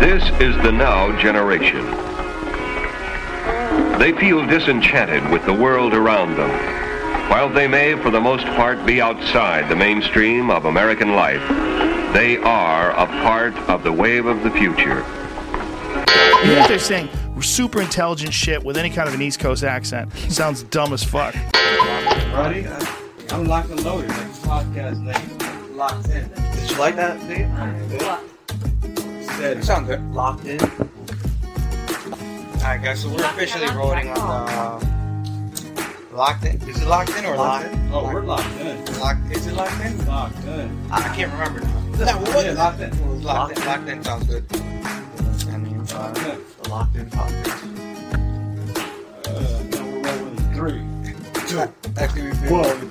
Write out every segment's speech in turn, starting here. This is the now generation. They feel disenchanted with the world around them. While they may, for the most part, be outside the mainstream of American life, they are a part of the wave of the future. Even if they're saying super intelligent shit with any kind of an East Coast accent, sounds dumb as fuck. Roddy, I- I'm locked and loaded. Like podcast name, locked in. Did you like that, Dave? Said Sound good. locked in. Alright guys, so we're officially rolling on the locked in. Is it locked in or locked in? Oh, we're locked in. Locked. Is it locked in? Locked in. I I can't remember. No, what was Yeah, it? locked in. It was locked in. Locked in sounds good. And, uh, Locked in. the locked in podcast. Uh, now we're rolling in three. Actually, we've been Whoa. rolling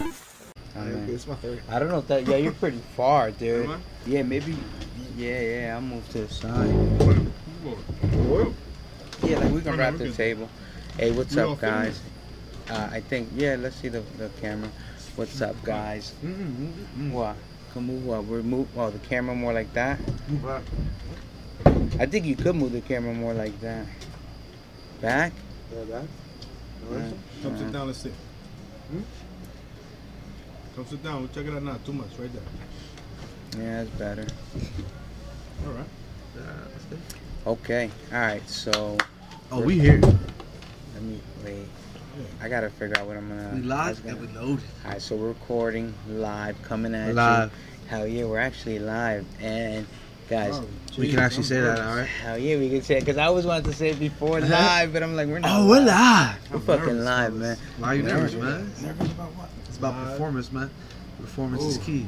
through- I don't know if that. Yeah, you're pretty far, dude. Am I? Yeah, maybe. Yeah, yeah. I'll move to the side. Yeah, like we can wrap the table. Hey, what's up, guys? Uh, I think yeah. Let's see the, the camera. What's up, guys? What? Come move. What? We're move. Oh, the camera more like that. I think you could move the camera more like that. Back. Uh, Come sit down, let's sit. Hmm? Come sit down, we'll check it out now. Too much, right there. Yeah, that's better. All right. Okay. All right. So Oh, we here. let me wait. I gotta figure out what I'm gonna. We I locked was and gonna- we loaded. All right, so we're recording live, coming at Live. you. Hell yeah, we're actually live, and guys, Oh, We geez, can actually I'm say that, nervous. alright? hell yeah, we can say it because I always wanted to say it before live, but I'm like, we're not. Uh-huh. Oh, we're live. We're I'm fucking nervous, live, man. fellas. Why are you nervous, man? Nervous about what? It's about Live. performance, man. Performance is Ooh. key.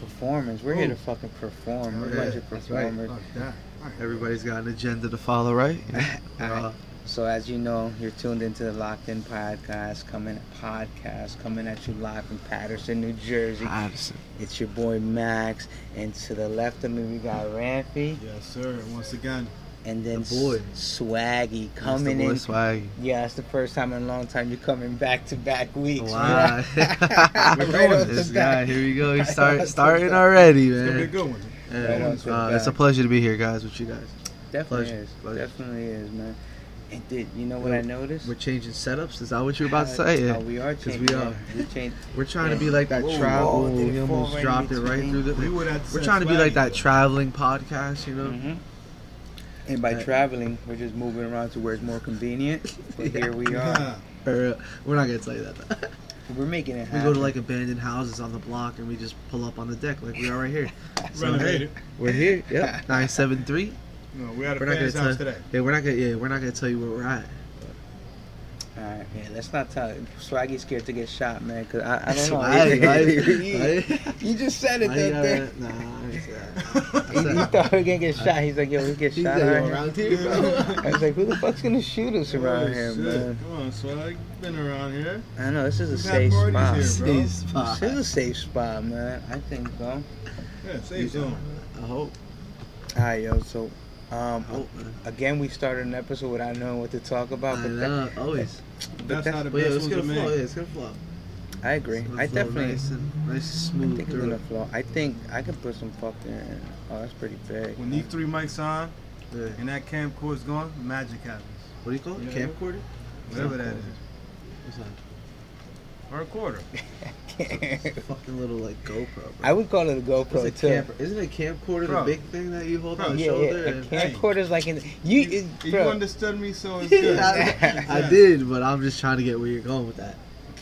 Performance. We're here to fucking perform. We're a bunch of Yeah, that's right. performers. Fuck that. All right. Everybody's got an agenda to follow, right? All right. Uh, So as you know, you're tuned into the Locked In podcast coming podcast coming at you live from Patterson, New Jersey. Addison. It's your boy Max, and to the left of me we got Rampy, Yes, sir. Once again, and then The boy. S- Swaggy That's the coming boy in swag. Yeah, it's the first time in a long time you're coming back to back weeks. Wow. We're going with this the guy. back. Here we go. He's Right start, off the starting bat. already, it's gonna be a man. good one. Right Yeah. off the Uh, it's a bat. pleasure to be here, guys, with you guys. Definitely Pleasure, is. pleasure. Definitely is, man. And did you know what Yeah, I noticed? We're changing setups. Is that what you're about to Uh, say? oh, Yeah. we are 'cause we changing. are. We changed. We're trying to Yeah. be like that Whoa, travel. whoa, did we it fall almost right dropped it right between? through the. We would have We're said trying to be like swaggy, that though. traveling podcast, you know. Mhm. And by Uh, traveling, we're just moving around to where it's more convenient. But here we are. Yeah. Or, uh, we're not gonna tell you that. though. We're making it we happen. go to like abandoned houses on the block and we just pull up on the deck like we are right here. So, Renovate hey, it. we're here. Yep. Nine seven three. No, we're at a We're not gonna fan's tell. house today. Yeah, we're not gonna. Yeah, we're not gonna tell you where we're at. All right, man. Let's not tell. Swaggy's scared to get shot, man. Cause I, I don't know. Why- you, why- why- you just said it why that you day. gotta- Nah, I ain't say that. He, he thought we were gonna get shot. He's like, yo, we get He shot. said, "Yo, right here." around here, bro. I was like, who the fuck's gonna shoot us around Oh, here, shit. man? Come on, swag. Been around here. I know this is a We've had safe parties spot. here, bro. Safe spot. This is a safe spot, man. I think so. Yeah, safe zone. I hope. Alright, yo. So, um, I hope, man. again, we started an episode without knowing what to talk about, I but that, know, always. That's that's- how the But yeah, best it's ones are gonna flow. Yeah, made. it's gonna flow. I agree. It's gonna I flow definitely nice and nice, I smooth think it's through. gonna it. flow. I think I could put some fucking. Oh, that's pretty big. When these three mics on Yeah. and that camcorder's gone, magic happens. What do you call it? Yeah. Camcorder? Whatever that is. What's that? Or a quarter. It's a fucking little like GoPro. Bro. I would call it a It's GoPro a too. camper. Isn't a camcorder Bro. the big thing that you hold on the Yeah, yeah. shoulder? A and- camcorder's like in you. You, it- you bro, understood me, so it's good. I, I did, but I'm just trying to get where you're going with that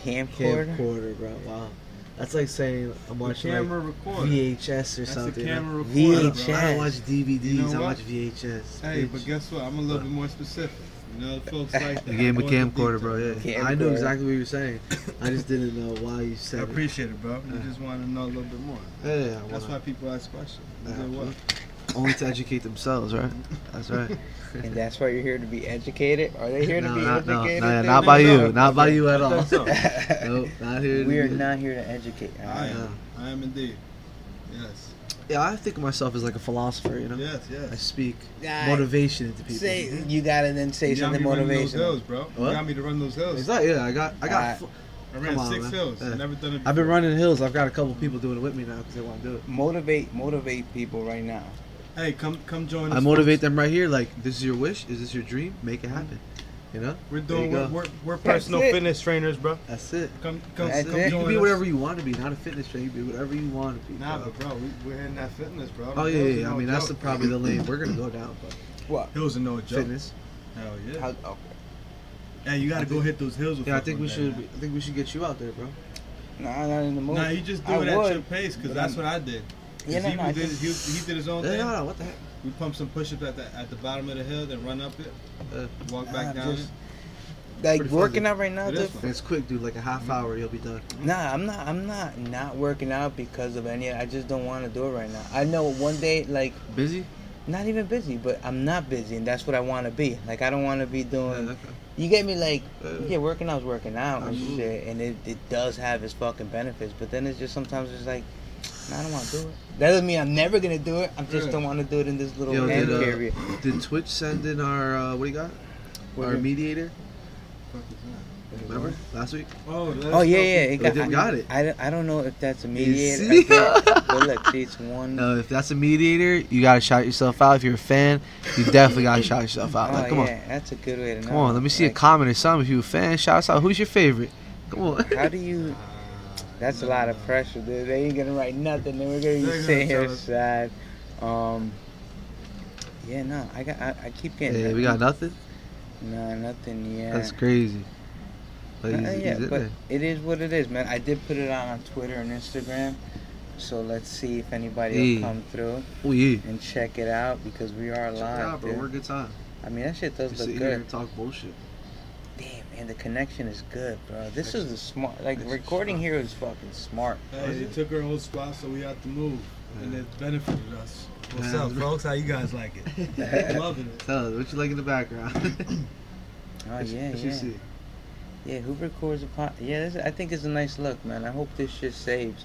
camcorder. camcorder, bro. Wow, that's like saying I'm The watching camera like recorder. VHS or That's the something. camera recorder. I bro. don't- I VHS. don't watch DVDs. You know I what? watch VHS. Hey, bitch. but guess what? I'm a little bit more specific. You know, folks like that. you gave him a I want the camcorder, bro. Yeah, detail. I knew Camcorder. exactly what you were saying. I just didn't know why you said I it. appreciate it, bro. You just want to know a little bit more. Yeah, yeah, I That's why wanna- people ask questions. You Yeah, know what? only to educate themselves, right? That's right. And that's why you're here to be educated. Are they here to no, be not, no, educated? no, dude? not by No, no. you, not by you at I all. think so. nope, not here. to We are do it. not here to educate. I Alright. know. am. I am indeed. Yes. Yeah, I think of myself as like a philosopher, you know. Yes, I yes. speak Yeah, motivation into people. Say you gotta then say You got something me running those motivational. hills, bro. You What? got me to run those It's hills. not, yeah, I got, I got, Alright. fu- I ran Come on, six man. hills. Yeah. Never done it before. I've been running hills. I've got a couple people doing it with me now because they want to do it. Motivate, motivate people right now. Hey, come come join us. I motivate them right here. Like, this is your wish. Is this your dream? Make it happen. You know, We're There you doing. go. We're, we're, we're personal it. fitness trainers, bro. that's it. Come come That's come it. You join can be us. whatever you want to be. Not a fitness trainer. You can be whatever you want to be. Nah, bro. but bro, we, we're in that fitness, bro. Oh yeah, Hills yeah. are yeah. I no mean, that's the, joke. probably the lane we're gonna go down. But What? Hills are no joke. fitness. Hell yeah. How, oh, okay. Hey, you gotta go hit those hills. with Yeah, I us think one we day, should. man. I think we should get you out there, bro. Nah, not in the mood. Nah, you just do I it at your would. pace, cause but that's I'm- what I did. Yeah, 'Cause no, he, no, I did, think- his- he, he did his own Yeah, thing. no, no, what the heck? We pumped some push-ups at the at the bottom of the hill, then run up it, Uh, walk Nah, back down. just- it. Like pretty working fuzzy. out right now. It is dude, fun. And it's quick, dude. Like a Mm-hmm. half hour, you'll be done. Nah, I'm not. I'm not not working out because of any. I just don't want to do it right now. I know one day, like Busy? not even busy, but I'm not busy, and that's what I want to be. Like I don't want to be Yeah, doing. okay. You get me? Like Yeah. yeah, working out's working out and Absolutely. shit, and it, it does have its fucking benefits. But then it's just sometimes it's like, nah, I don't want to do it. That doesn't mean I'm never gonna do it. I just Yeah. don't want to do it in this little Yo, hand did, uh, period. Did Twitch send in our uh, what do you got? What our did- mediator. Fuck is that? Remember last week? Oh, Oh yeah, yeah, it They did- got it. I, don't- I don't know if that's a mediator. see? I think- but look, see, it's one. No, if that's a mediator, you gotta shout yourself out. If you're a fan, you definitely gotta shout yourself out. Oh, Like, come yeah, on, that's a good way to know. come on. Let me see a Like, comment or something. If you a fan, shout us out. Who's your favorite? Come on. How do you? That's a lot of pressure, dude. They ain't gonna write nothing. Then we're gonna They're be sitting gonna here tell us. sad. Um. Yeah, no, I got. I, I keep getting. Hey, we got nothing. No, nothing. Yeah. That's crazy. But Uh, he's, yeah, he's in but there. it is what it is, man. I did put it out on Twitter and Instagram, so let's see if anybody Yeah. will come through Oh yeah. and check it out because we are Check it out, live. bro. dude. We're a good time. I mean, that shit We does sit look here good. and talk bullshit. Damn, man, the connection is good, bro. This is the smart. Like recording here is fucking smart. Hey, they took our whole spot, so we had to move, and it benefited us. What's Yeah. up, folks? How you guys like it? Loving it. Tell us what you like in the background. Oh What you- yeah, what you yeah. see? Yeah, who records a pod? Yeah, this, I think it's a nice look, man. I hope this shit saves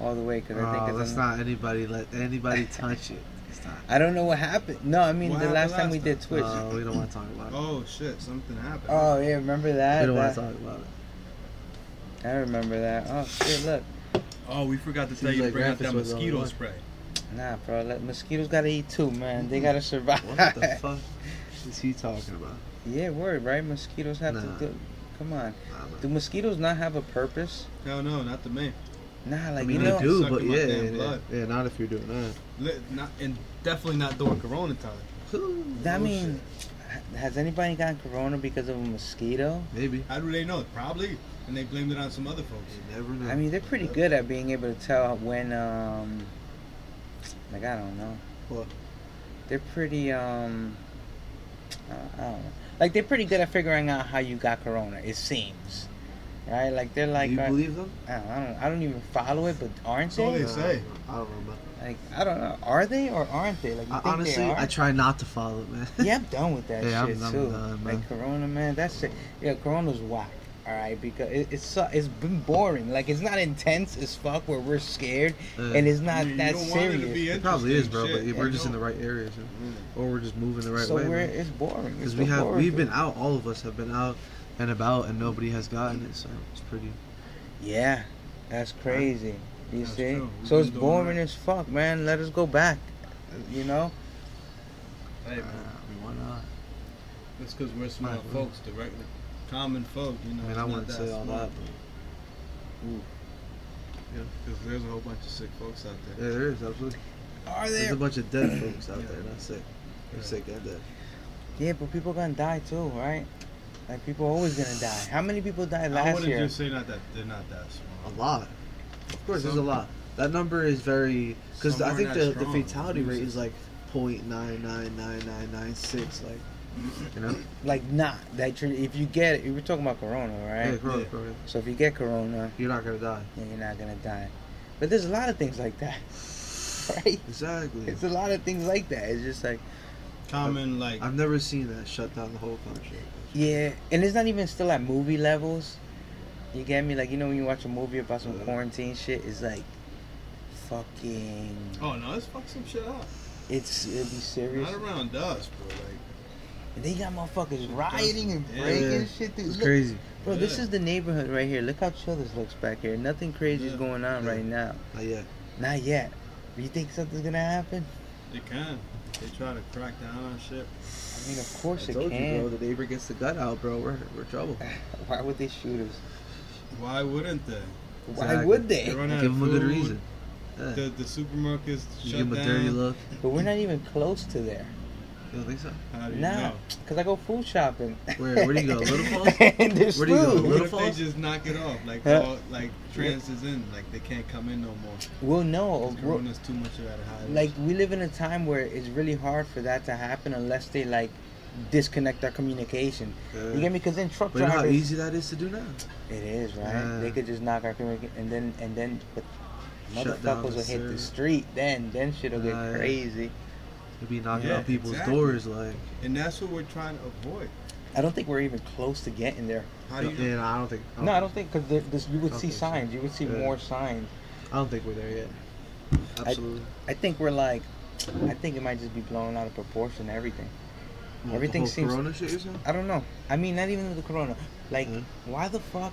all the way because I think Oh, it's. let's a- not anybody let anybody touch it. Let's not. I don't know what happened. No, I mean What the happened last time last we did time? Twitch. Oh, we don't want to talk about it. Oh shit, something happened. oh yeah, remember that? We don't want that to talk about it. I remember that. Oh shit, look. Oh, we forgot to tell Seems you to like bring out Memphis that was the only mosquito one. spray. Nah, bro. Let, mosquitoes gotta eat too, man. They gotta survive. What the fuck is he talking about? yeah, word right. Mosquitoes have Nah. to do. Come on. I don't know. Do mosquitoes not have a purpose? Hell no, not to me. Nah, I like mean, you they know. do, Sucking but my yeah, damn yeah, blood. yeah, not if you're doing that. Li- Not, and definitely not during Corona time. I Oh, mean, h- has anybody gotten corona because of a mosquito? shit. maybe. How do they know? Probably, and they blamed it on some other folks. You never know. I mean, they're pretty good at being able to tell when, um, like, I don't know. What? They're pretty, um, I I don't know. Like, they're pretty good at figuring out how you got corona, it seems. Right? Like, they're like, do you uh, believe them? I, don't, I, don't, I don't even follow it, but aren't Oh, they? yeah. They say. I don't know, man. Like, I don't know. Are they or aren't they? Like, you I, think honestly, they are? I try not to follow it, man. yeah, I'm done with that Yeah, I'm shit done too. with that, man. like Corona, man, that shit. Yeah, Corona's whack. All right, because it, it's so- it's been boring. Like it's not intense as fuck where we're scared, Yeah. and it's not you, that don't want it to serious. be It probably is, bro. interesting But shit. we're You just in the know? right areas, man. or we're just moving the right so way. we're man. it's boring. It's Because we been have boring, we've dude. been out, all of us have been out and about, and nobody has gotten it, so it's pretty. Yeah, that's crazy. You That's see, true. We've so it's been doing boring that. as fuck, man. Let us go back. You know, Hey, Uh, man, we wanna. it's because we're small Right, bro. folks, directly. Common folk, you know. I mean, it's I not wouldn't that say all small. that, but Yeah, because there's a whole bunch of sick folks out there. yeah, there is absolutely. are There's a there? bunch of dead folks out Yeah. there. That's sick. They're Yeah. sick and dead. Yeah, but people gonna die too, right? Like people always gonna die. How many people died I last wouldn't year? just say not that they're not that A small. lot. Of course, there's a Some- lot. That number is very because Some I are think not the, the strong. fatality rate Losers. is like point nine nine nine nine nine six. Like, you know, like not that you're, if you get it, we're talking about corona, Yeah, right? corona, Yeah. corona. So if you get corona, you're not gonna die. then you're not gonna die. But there's a lot of things like that, right? Exactly. It's a lot of things like that. It's just like Common, like, I've never seen that shut down the whole country. yeah, and it's not even still at movie levels. You get me? Like you know when you watch a movie about some Yeah. quarantine shit, it's like fucking. oh no, let's fuck some shit up. It's it'd be serious. Not around us, bro. Like, And they got motherfuckers rioting and breaking Yeah. shit. Dude, It's look, crazy. bro, this Yeah. is the neighborhood right here. Look how chill this looks back here. Nothing crazy is Yeah. going on Yeah. right now. Oh, yeah. Not yet. You think something's gonna happen? They can. They try to crack down on shit. I mean, of course I it told can. you, bro. The neighbor gets the gut out, bro. We're we're trouble. Why would they shoot us? Why wouldn't they? Why Exactly. would They they? run out Give of him a food. good reason. Yeah. The, the supermarkets shut You give him a down. dirty look. But we're not even close to there. You don't think so? How do you Nah, know? cause I go food shopping. Where- where do you go? Little Falls? And there's Where do you go? food. Little What if they Falls? just knock it off? Like Huh? all, like trans is in, like they can't come in no more. 'Cause Well, Oh, no, we're- Corona's too much of that high. like we live in a time where it's really hard for that to happen unless they like disconnect our communication. You get me? Because then truck But you know how drivers, easy that is to do now. it is right. Yeah. They could just knock our communication, and then and then but Shut down motherfuckers the will hit the service. street. Then then shit'll get Yeah. crazy. You'd be knocking Yeah, on people's exactly. doors like. and that's what we're trying to avoid. I don't think we're even close to getting there. How do you? Yeah, no, I don't think. I don't, No, I don't think because this you would don't see think Oh. so. signs. You would see Yeah. more signs. I don't think we're there yet. Absolutely. I think we're like, I think it might just be blown out of proportion. Everything. What, everything the whole seems- Corona shit you're saying? I don't know. I mean, not even the corona. Like, Mhm. why the fuck?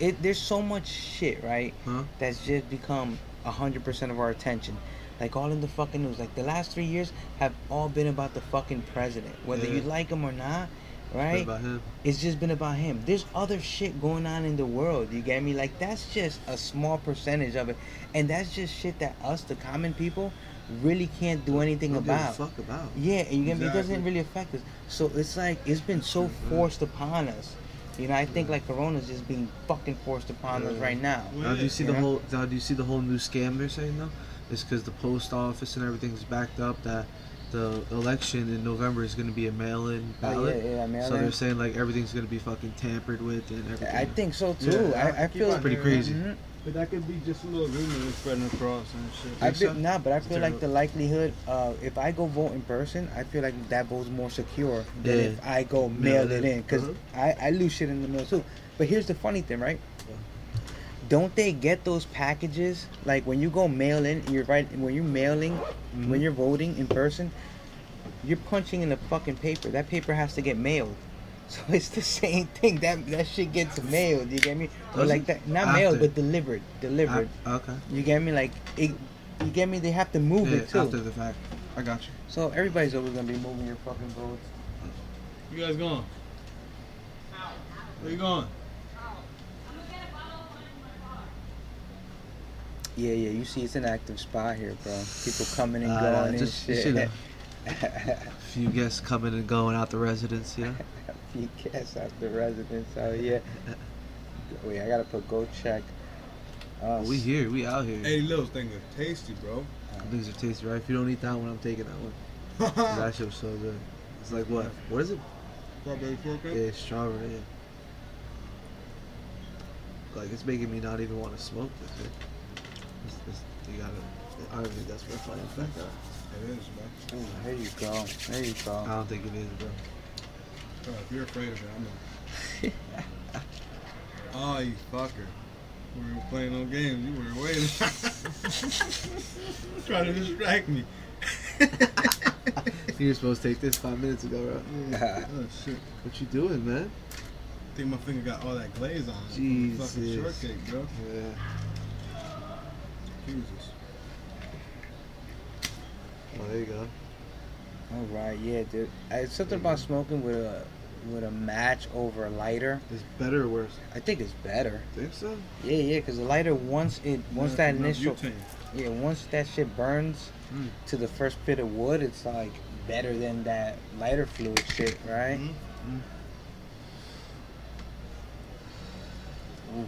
It there's so much shit, right? Huh? That's just become hundred percent of our attention. Like all in the fucking news. Like the last three years have all been about the fucking president, whether you Yeah. like him or not, What right? about him? It's just been about him. There's other shit going on in the world. You get me? Like that's just a small percentage of it, and that's just shit that us, the common people, really can't do anything Don't give a about. fuck about. Yeah, and you get me? It Exactly. doesn't really affect us. So it's like it's been so forced upon us. You know, I think like Corona's just being fucking forced upon us Yeah. right now. Well, Now do you see the Yeah. whole? Now do you see the whole new scam they're saying though? It's because the post office and everything's backed up that the election in November is going to be a mail-in Oh, ballot. yeah, yeah, I mean, So I- they're saying like everything's going to be fucking tampered with and everything. I think so too. Yeah, I, I keep feel on Pretty hearing crazy. Mhm. But that could be just a little rumor that's spreading across and shit. I Think feel so? nah, but I feel like terrible. the likelihood uh, if I go vote in person, I feel like that vote's more secure than Yeah. Uh-huh. if I go mail it in because I, I lose shit in the mail too. But here's the funny thing, right? Don't they get those packages like when you go mail in? You're right when you're mailing, when you're voting in person, you're punching in the fucking paper. That paper has to get mailed. So it's the same thing. That that shit gets mailed. You get me? Or Does like it? that, not mailed, After. but delivered. Delivered. I- Ah, okay. You get me? Like it, you get me? They have to move Yeah, it too. after the fact, I got you. so everybody's always gonna be moving your fucking votes. You guys going? Where you going? Yeah, yeah. You see, it's an active spot here, bro. People coming and Uh, going and just, shit. just, you know, few guests coming and going out the residence, you know. you guess out the residence out here. Wait, I gotta put go check. Uh, we here, we out here. Hey, little thing is tasty, bro. Things are tasty, right? If you don't eat that one, I'm taking that one. 'Cause that shit was so good. It's like what? What is it? Strawberry shortcake. Yeah, strawberry. yeah. Like it's making me not even want to smoke this. Shit. It's, it's, you gotta. I don't think that's what fucking fact. are. It is, bro. ooh, there you go. There you I go. don't think it is, bro. Bro, if you're afraid of it, I know. oh, you fucker. We were playing no games. You were waiting. Trying to distract me. You were supposed to take this five minutes ago, bro. Oh, shit. What you doing, man? I think my finger got all that glaze on it. from the Fucking Jesus. shortcake, bro. Yeah. Jesus. Well, there you go. All right, yeah, dude. Uh, It's something about smoking with a with a match over a lighter. It's better or worse? I think it's better. Think so? Yeah, yeah, because the lighter once it once Yeah, that no initial butane. yeah once that shit burns Mm. to the first bit of wood, it's like better than that lighter fluid shit, right? Mhm. Mm-hmm.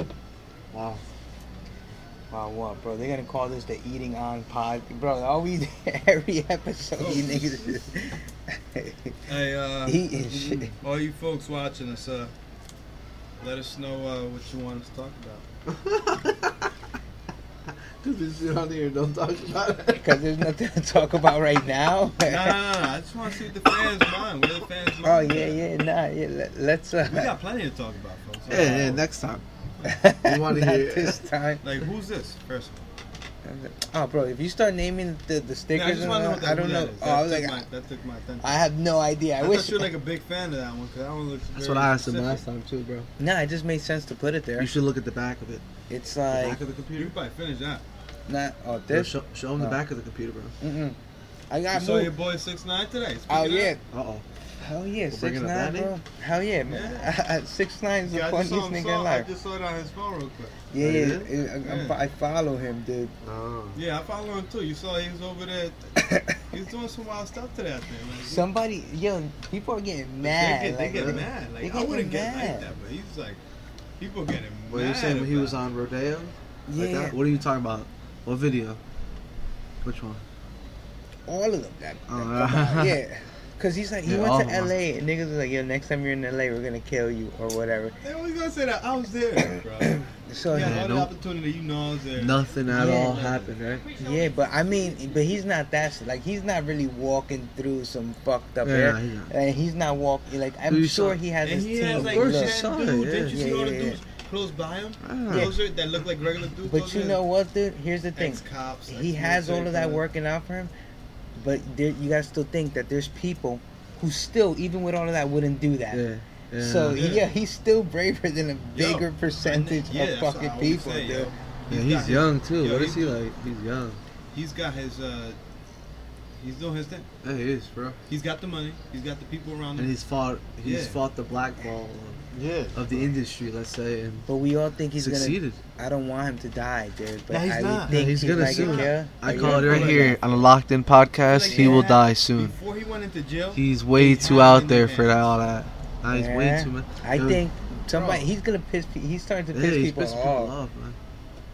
Mm-hmm. Wow. Wow, what, bro? They're gonna call this the eating on pod, bro. Always every episode, you niggas. Hey, uh, Eating shit. all you folks watching us, uh, let us know uh, what you want us to talk about. Do this shit on here. Don't talk about it. Cause there's nothing to talk about right now. No, no, no, no. I just want to see what the fans mind. Where the fans mind? oh yeah, yeah, nah, yeah. Let, let's. Uh, We got plenty to talk about, folks. Yeah, yeah, next time. We want to not hear. this time. Like, who's this person? Uh, I'm like, Oh, bro, if you start naming the, the Yeah, I stickers, just and want to know all what that, that I don't blue know. that is. Oh, I was That like, took I, my- that took my attention. I have no idea. I, I wish. thought you were like a big fan of that one because that one looks. That's very what I asked him specific. last time too, bro. no, it just made sense to put it there. You should look at the back of it. It's The like back of the You computer. could probably finish that. not. Bro, Oh, this. show, show him the Oh. back of the computer, bro. Mm-mm. I You got saw your moved. boy six nine today. Speaking Oh of yeah, that, Uh oh. hell yeah, We're six bringing up nine, that bro. Hell yeah, man. six nine is the Yeah, I just funniest saw him. nigga Saw, I alive. just saw it on his phone real quick. Yeah, Oh, you yeah, did? yeah, I, I'm Yeah. fo- I follow him, dude. Oh. Yeah, I follow him too. You saw he was over there. He's doing some wild stuff today. I think. Like, Somebody, yo, people are getting they mad. get, they like, get look- mad. Like they I getting wouldn't get like mad. that, but he's like, people getting mad. What are you saying when he was about on Rodeo? Yeah, Like that? What are you talking about? What video? Which one? all of them. That, Oh, that- come on, yeah, because he's like, he Yeah, all went of to them. L.A. and niggas was like, yo, next time you're in L.A., we're gonna kill you or whatever. it. They always gonna say that I was there, bro. yeah, So all Yeah, the nope. opportunity, you know, I was there. Nothing at Yeah. all happened, right? Yeah, but I mean, but he's not that s- like he's not really walking through some fucked up Yeah, area. he's not. And he's not walking like I'm You sure saw- he has And his he team. has like Of course look. you saw 10 dudes. it, Didn't you yeah. see all the Yeah, yeah, dudes close by him? Ah. Closer that look like regular dudes. but closer you than know what, dude? Here's the thing. ex-cops, he has all of ex-military, that bro. working out for him, but there, you gotta still think that there's people who still, even with all of that, wouldn't do that. Yeah. yeah. So yeah. Yeah. he's still braver than a Yo, bigger percentage Yeah, of that's what fucking I always people, say, dude. yo. yeah, got he's his- young too. Yo, what he's- is he like? He's young. He's got his. uh He's doing his thing. Yeah, he is, bro. He's got the money. He's got the people around And him. he's fought. He's Yeah. fought the blackball Yeah. of the industry, let's say, and But we all think he's succeeded. gonna. I don't want him to die, dude. But No, he's I not. would think he's he'd gonna like, soon. Oh, yeah, I are you call it gonna right do here on the Locked In podcast. Like, he will yeah, die soon. Before he went into jail, He's way He too had out it in there the for that, past. all that. Nah, he's way Yeah. too much. I Yo, think somebody Bro. he's gonna piss. pe- He's starting to yeah, piss he's people pissed people off. off, man.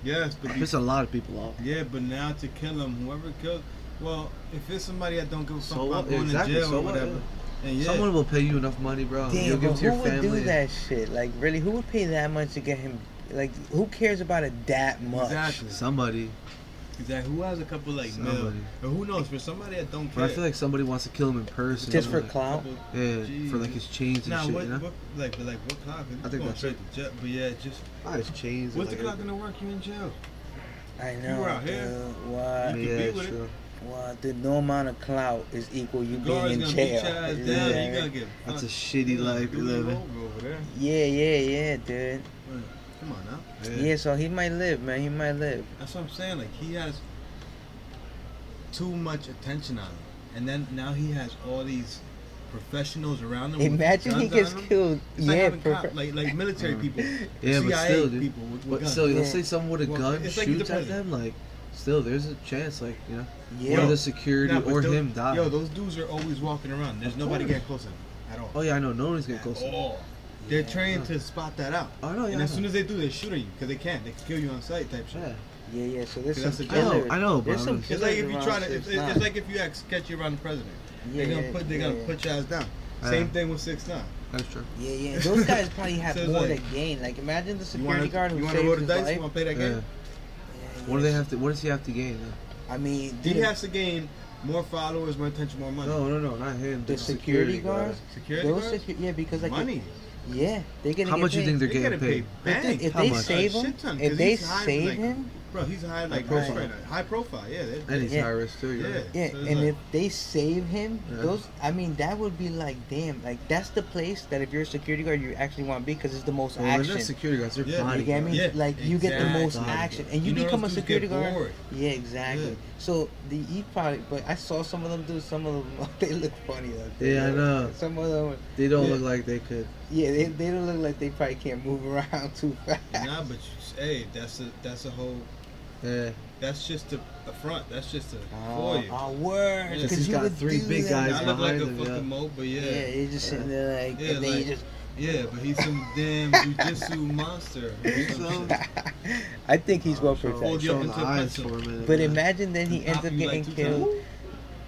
yes, but He you pissed a lot of people off. Yeah, but now to kill him, whoever killed, well, if it's somebody that don't give a fuck So about what? going Exactly, to jail so or what, whatever, and yeah, Someone will pay you enough money, bro. You'll Damn, give but it to your who would family. do that shit? Like, really, who would pay that much to get him? Like, who cares about it that much? exactly, Somebody. exactly. Who has a couple like mil, Somebody. or who knows for somebody that don't care? But I feel like somebody wants to kill him in person. Just for like, clout. couple- Yeah, for like Jeez. his chains and Nah, shit, what, you know? what, like, but like what clock? I think that's right. Jail, but yeah, just Not his chains. what's the like, clock gonna work? You in jail? I know. were out dude. here. Why? could Yeah, be it's with it. true. Wow, dude, no amount of clout is equal you being Guards in gonna beat your jail. ass down. You know what I You mean? gonna get That's a fucked. shitty They're gonna life do you you live in. over over there. Yeah, yeah, yeah, dude. Come on now. Yeah. so he might live, man. He might live. That's what I'm saying. Like he has too much attention on him, and then now he has all these professionals around him. with Imagine he guns gets on him. killed. It's like yeah, having cop- perfect. like like military people, Mm. Yeah, CIA but still, dude. people. With, with But guns. still, Yeah. let's say someone with a Well, gun it's like shoots at depends. them, like, still, there's a chance, like, you know, yeah. one of Yo. the security Nah, but or those- him die. Yo, those dudes are always walking around. There's Of nobody course. getting close to them at all. oh, yeah, I know. No one's getting close. At all. They're trained to spot that out. Oh, no, yeah. and I as know. soon as they do, they shoot at you because they can. They can kill you on sight type shit. yeah. yeah, yeah. So there's some That's the- I know, killer. I know, There's but some I'm- It's killers like if you around try to. It's, six it's nine. like if you act sketchy around the president. yeah, they're yeah, gonna put. They yeah. Uh, gotta put your ass down. Yeah. Same thing with six nine. That's true. Yeah, yeah. Those guys probably have So it's more like- to gain. Like, imagine You the security want to guard who roll saves the his dice? life. You want to play that Yeah. game? Yeah, What do yeah. they have to? What does he have to gain? Though? I mean, He dude, has to gain more followers, more attention, more money. No, no, no, not him. the security guards. Security Those guards? secu- yeah, because like money. yeah, they're gonna. How get much paid. you think they're getting getting paid? But bank. dude, if How they much? save A him, shit ton, if 'cause they he's high, save like- him, Bro, he's high like high profile. profile. High profile, yeah. that- And he's Yeah. high risk too. yeah. Yeah. yeah, So it's and like- if they save him, Yeah. those I mean that would be like damn, like that's the place that if you're a security guard you actually want to be because it's the most Well, they're action. not security guards. They're Yeah. you body get me? guards. Yeah, like you get the most exactly. action, and you, You know become a those dudes security get guard. bored. Yeah, exactly. Yeah. So the he probably, but I saw some of them do some of them. They look funny though. Yeah, I know. Some of them, They don't Yeah. look like they could. yeah, they, they don't look like they probably can't move around too fast. Nah, but you, hey, that's a that's a whole. Yeah. That's just a, a front. That's just a Oh, for you. oh word! Yeah. 'cause He's you got would three do big that. guys I look like behind a him, yeah. fucking moat, but Yeah, yeah, yeah, you're just sitting there like, Yeah, and then like- you just. But he's some damn jujitsu monster. or some shit. I think he's well Show- Hold protected. you up show into the a eyes pencil. for a minute, But man. imagine then he He ends pop up you, like, getting two killed.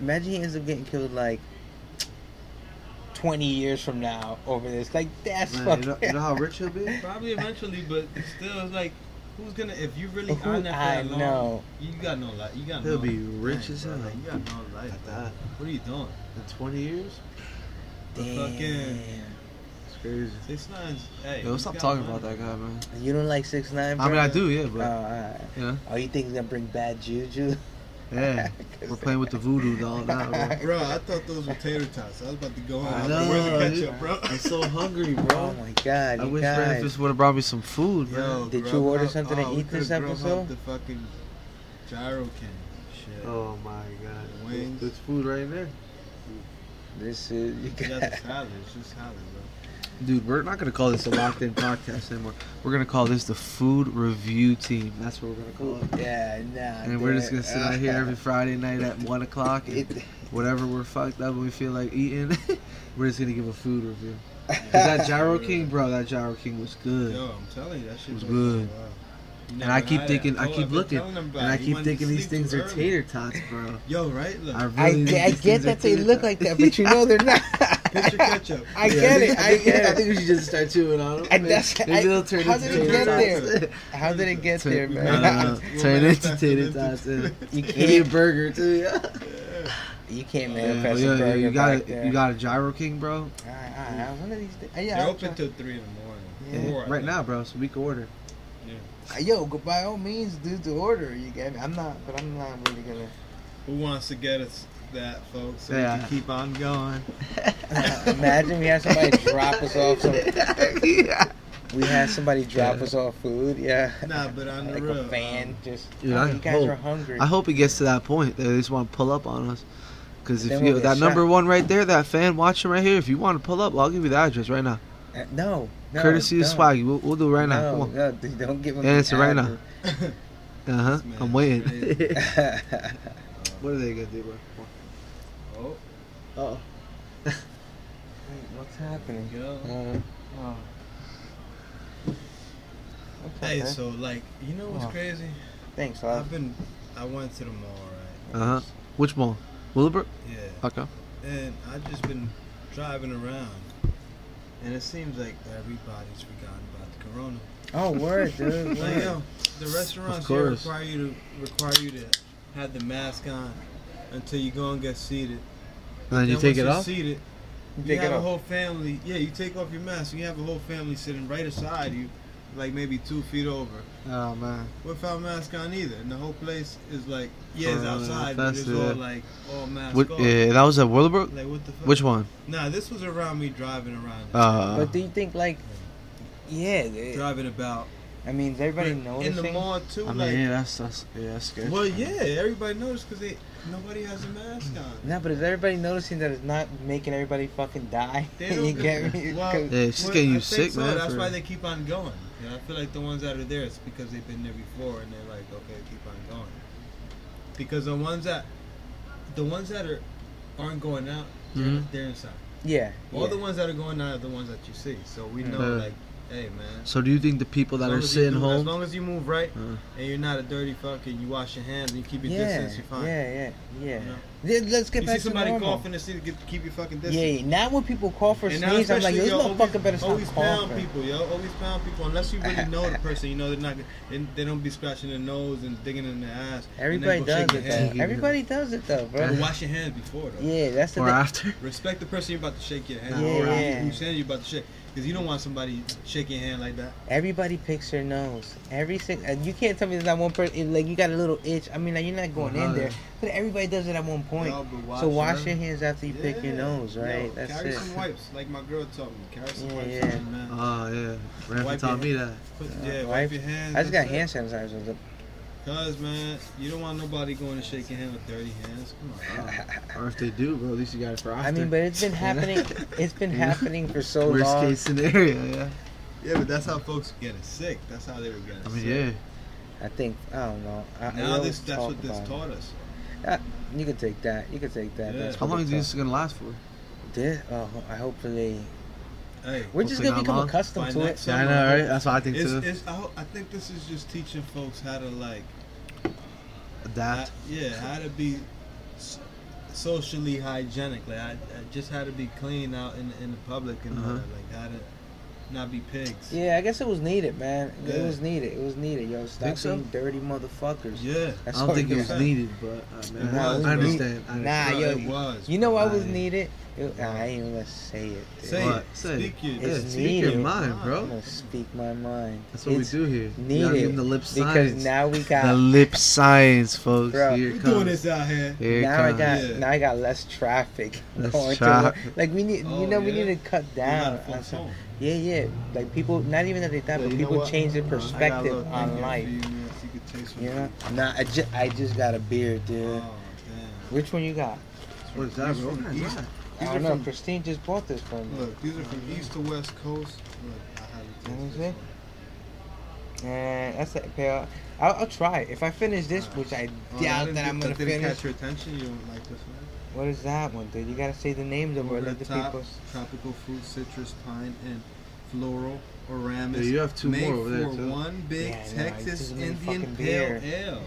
Imagine he ends up getting killed like. 20 years from now over this like that's Man, you, know, fucking you know how rich he'll be? Probably eventually, but still, it's like, who's gonna if you really Who- on that I for that long? know. You got no life. You got He'll no. be rich Dang, as bro, hell. like, You got no life. At bro. that. What are you doing? In 20 years? The fucking- Damn. crazy. Six nines. Hey, Yo, he's stop got talking money. about that guy, man. You don't like six nine? I mean, I do, yeah, Oh, but alright. yeah, oh, you think he's gonna bring bad juju? yeah. We're playing with the voodoo doll now. Bro. Bro, I thought those were tater tots. I was about to go I on. know, Where's the dude. ketchup, bro? I'm so hungry, Oh bro. my God! I you wish guys. Breakfast would have brought me some food, bro. Yo, Did you Grubhub- order something to oh, we eat this could've Grubhubbed episode? The fucking gyro can. Shit. Oh my god. Wings. There's food right there. This is you You got the guys. salad. It's just salad, bro. Dude, we're not gonna call this a locked in podcast anymore. We're gonna call this the food review team. That's what we're gonna call it. Yeah, nah. And we're just dude. gonna sit out here every Friday night at one o'clock and It- whatever we're fucked up and we feel like eating, we're just gonna give a food review. 'Cause that Gyro King, bro, that Gyro King was good. Yo, I'm telling you, that shit was goes good. so well. and Never I keep had it. thinking, I told- keep I've been looking, telling and everybody, I you keep wanted to thinking these sleep things too are early. tater tots, bro. Yo, right? Look, I really I, think get, I these get things are that they tater look tots. like that, but you know they're not. picture ketchup. I Yeah, get think- think- it. I I get think it. we should just start chewing on them. And that's- Maybe I- they'll turn how into did it tater get tots. How did it get Turn- there, no, man? no, no. We'll Turn manifest into it tater into- tots. and You Eat a can't. burger too. Yeah. You can't Yeah, manifest yeah, a yeah, burger you got back a, there. you got a Gyro King, bro. All right, all right, all right, one of these days. Uh, Yeah, They're I'll open till 3 in the morning. Yeah. Four, I Right think. now, bro, so we can order. try. Uh, Yo, go- by all means, do the order. You get me? I'm not, but I'm not really gonna. Who wants to get us that, folks? So Yeah. we can keep on going. Imagine we had somebody drop us off some. yeah. We had somebody drop us off food. Yeah. Nah, but on the like real, a fan um, just. Dude, oh, I you guys hope- are hungry. I hope it gets to that point. They just want to pull up on us. Because if Then you, we'll get that number shot. one right there, that fan watching right here, if you want to pull up, I'll give you the address right now. Uh, no, no. Courtesy of don't. Swaggy. We'll, we'll do it right now. No, Come on. no, dude, don't give them. Yeah, the it's right now. Uh huh. This man I'm is waiting. crazy. address. what are they going to do, bro? oh, Oh. Wait, What's happening? yo. Uh, oh. Okay. Hey, so like, you know what's Oh. crazy? Thanks, love. I've been, I went to the mall, right? Uh huh. Which mall? Willowbrook? Yeah. Okay. and I've just been driving around, and it seems like everybody's forgotten about the corona. Oh, word, Like, dude. word. yo, the restaurants Of here course. require you to require you to have the mask on until you go and get seated. And then you Then take once it you're off? Seated, you Take it have a off. whole family. Yeah, you take off your mask. You have a whole family sitting right aside you, like maybe two feet over, Oh, man. without mask on either. And the whole place is like, yeah, it's Corona outside, but it's all infested. like all mask Uh, What, off. yeah, that was at Willowbrook? Like what the fuck? Which one? Nah, this was around me driving around. Uh, But do you think like, yeah? It, driving about. I mean, is everybody in the noticing? mall too. I mean, like, yeah, that's, that's, yeah, that's scary. well, yeah, everybody noticed because nobody has a mask on. No, but is everybody noticing that it's not making everybody fucking die? They you don't- get me? Well, 'Cause- Yeah, it's just well, getting I you think sick, man, That's for- why they keep on going. You know, I feel like the ones that are there, it's because they've been there before, and they're like, okay, keep on going. Because the ones that, the ones that are, aren't going out, they're, Mhm. they're inside. yeah. All yeah. the ones that are going out are the ones that you see. So we know, Yeah. like, hey, man. So do you think the people as that long are as you sitting do- As home? long as you move right Uh. and you're not a dirty fucking, you wash your hands and you keep your yeah, distance, you're fine. yeah, yeah, yeah, know? yeah. Let's get You back see somebody to normal. coughing and see to get- keep your fucking Yeah, distance. yeah, now when people call for And now sneeze, I'm like, yo, especially, this yo, motherfucker better stop always pound coughing. people, yo. Always pound people. Unless you really know the person, you know they're not. They, they don't be scratching their nose and digging in their ass. and then Everybody go does shake it your hand. though. Everybody does it though, bro. But wash your hands before though. Yeah, that's the Or thing. after? Respect the person you're about to shake your hand. Yeah. Or whose hand you're about to shake? Because you don't want somebody shaking your hand like that. Everybody picks their nose. Every single. You can't tell me there's not one person. Like you got a little itch. I mean, like, you're not going in Uh-huh. there, but everybody does it at one point. No, but wash so wash your- your hands after you pick your Yeah. nose, right? Yo, that's carry it. some wipes, like my girl taught me. Carry some Yeah, wipes. yeah. Uh, on your man. Oh yeah, Ramsey Wipe taught it. me that. Put, yeah, wipe. wipe your hands. I just got that's it. hand sanitizer. Look, Cause man, you don't want nobody going to shake your hand with dirty hands. Come on. Oh, Or if they do, bro, at least you got it for after. I mean, but it's been happening. It's been Yeah. happening for so worst long. case scenario, yeah. Yeah, but that's how folks get it sick. That's how they were getting I mean, sick. yeah. I think I don't know. I, we Now this always that's talk what this about it. taught us. You can take that. You can take that. Yeah. That's How what long it is taught- this gonna last for? This, oh, I hopefully Hey, we're just Hopefully gonna not become long. accustomed By to next it. summer, I know, right? That's what I think It's, too. it's, I, ho- I think this is just teaching folks how to like, Adapt. how- yeah, how to be s- socially hygienic. Like, I, I just how to be clean out in in the public and all Uh-huh. that. like how to not be pigs. Yeah, I guess it was needed, man. It Yeah. was needed. It was needed. Yo, stop Think so? being dirty motherfuckers. Yeah. That's I don't all think you it was got. needed, but uh, man, Nah, I, it was I understand. I Nah, understand. Bro, yo, it was. You know what was Right. needed? It, I ain't even gonna say it. Dude. Say What? it. Say Speak your. Yeah, It's speak your needed. mind, I'm bro. gonna speak my mind. That's what It's we do here. We gotta give Needed 'em the lip science. because now we the got lip science, folks. Bro. Here We it doing comes. this out here. Here it now I comes. got Yeah. now I got less traffic Less going to tra- work. Like we need Oh, you know we yeah. need to cut We're not down. a full on some- song. Yeah, yeah. Like people, not even that they die, Yeah, but you know people what? Uh, change their I got a little perspective thing on here life. for you, man, so you could taste what You you- know? Nah, I just I just got a beer, dude. Oh, damn. Which one you got? What is that, bro? What kind is that? I These don't are know. from- Christine just bought this for me. Look, these are from east to west coast. Look, I have to Let me taste see. this one. And Eh, that's a pale. I'll, I'll try. it. If I finish this, which I Oh, doubt didn't- that I'm gonna didn't finish. catch your attention. You don't like this one? What is that one, dude? You gotta say the names of Over it. the Let the top, people. tropical fruit, citrus, pine, and floral oramus. Yeah, you have two made more over there, for too. One big Yeah, I know, this Texas isn't even Indian fucking Pale beer. Ale.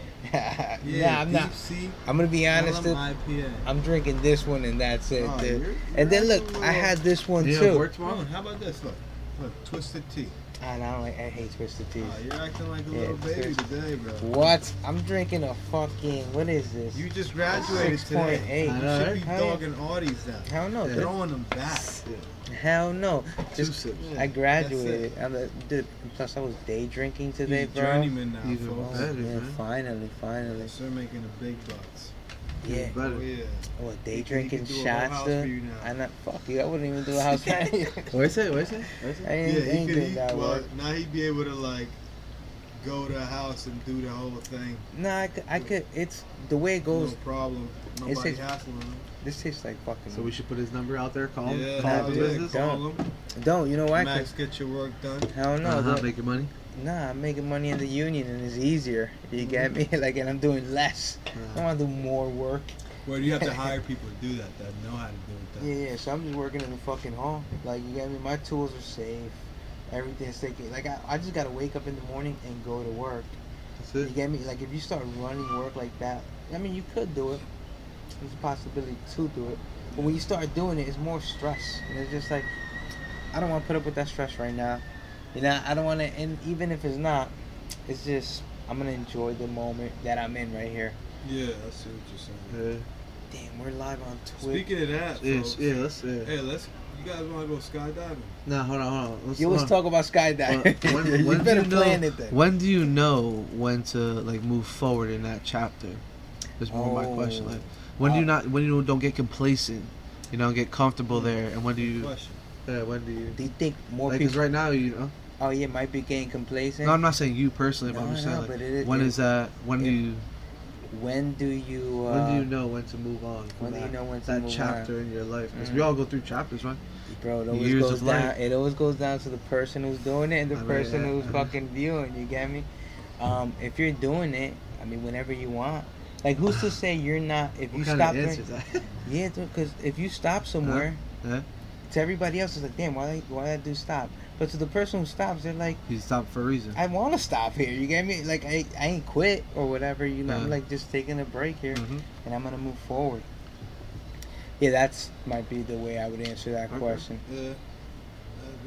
nah, I'm deep not. sea I'm gonna be honest, dude. Harlem IPA. I'm drinking this one and that's it, Oh, dude. you're- And then you're look, a I had this one You have too. work Come on, tomorrow? how about this? Look, look, twisted tea. And I don't like. I hate twisted teas. Oh, you're acting like a Yeah, little it's baby good. today, bro. What? I'm drinking a fucking. What is this? You just graduated today. 6.8. You I know, should be right? dogging Audie's now. Hell no. dude. Throwing them back. Hell no. Two Just sips. I graduated. That's I'm a, dude, plus I was day drinking He's today, a bro. journeyman now, Even Oh, folks. better, yeah, man. finally, finally. Yes, They're making the big bucks. Yeah. Oh, Better. yeah. He can- Oh, he day can drinking do a whole shots, house for you dude. now. I not fuck you. I wouldn't even do a house party. What is it? What is it? I Yeah, ain't, I he ain't could. doing He, that well, work. now he'd be able to like go to a house and do the whole thing. Nah, I could, I could. It's the way it No goes. problem. Nobody it's- hassling him. This tastes like fucking. So we should put his number out there. Call him. Yeah, call him hell the yeah, business. Don't. call him. don't. You know why? 'Cause- Max, get your work done. Hell no. Uh-huh, dude. making money. Nah, I'm making money in the union and it's easier. You get Mm-hmm. me? Like, and I'm doing less. I don't want to do more work. Well, you have to hire people to do that that know how to do Yeah, it. yeah. So I'm just working in the fucking hall. Like, you get me? My tools are safe. Everything's taken. Like, I, I just gotta wake up in the morning and go to work. That's You it. get me? Like, if you start running work like that, I mean, you could do it. There's a possibility to do it. But when you start doing it, it's more stress. And it's just like, I don't want to put up with that stress right now. You know, I don't want to, and even if it's not, it's just, I'm going to enjoy the moment that I'm in right here. Yeah, yeah I see what you're saying. Yeah. Damn, we're live on Twitch. Speaking of that, Yeah, folks, yeah, that's it. hey, let's. You guys want to go skydiving? Now, hold on, hold on. Let's, You always hold on. talk about skydiving. Well, when, you when better do you know, plan it then. When do you know when to like move forward in that chapter? Is more my question. Oh. Like, when do you Uh, not? When you don't get complacent? You know, get comfortable there, and when do Good you? Question. Yeah, when do you? Do you think more Like, 'cause people, right now, you know. oh yeah, might be getting complacent? No, I'm not saying you personally, but No, I'm just no, saying, but like, it is- when it- is that? When do it- you? When do you, uh, When do you know when to move on? from when do you that- know when uh, to that move chapter in your life? Because we Mhm. all go through chapters, right? Bro, it always Years goes of down. life. It always goes down to the person who's doing it and the I read person that. who's Mhm. fucking viewing. You get me? Um, if you're doing it, I mean, whenever you want. Like, who's to say you're not? If you What stop, kind of doing- answer is that? yeah, because if you stop somewhere, Huh? to everybody else, it's like, damn, why they- why that dude stop? But to the person who stops, they're like, you stop for a reason. I want to stop here. You get me? Like, I I ain't quit or whatever. You know, Yeah. I'm like just taking a break here, Mhm. and I'm gonna move forward. Yeah, that's might be the way I would answer that Okay. question. Yeah. Uh,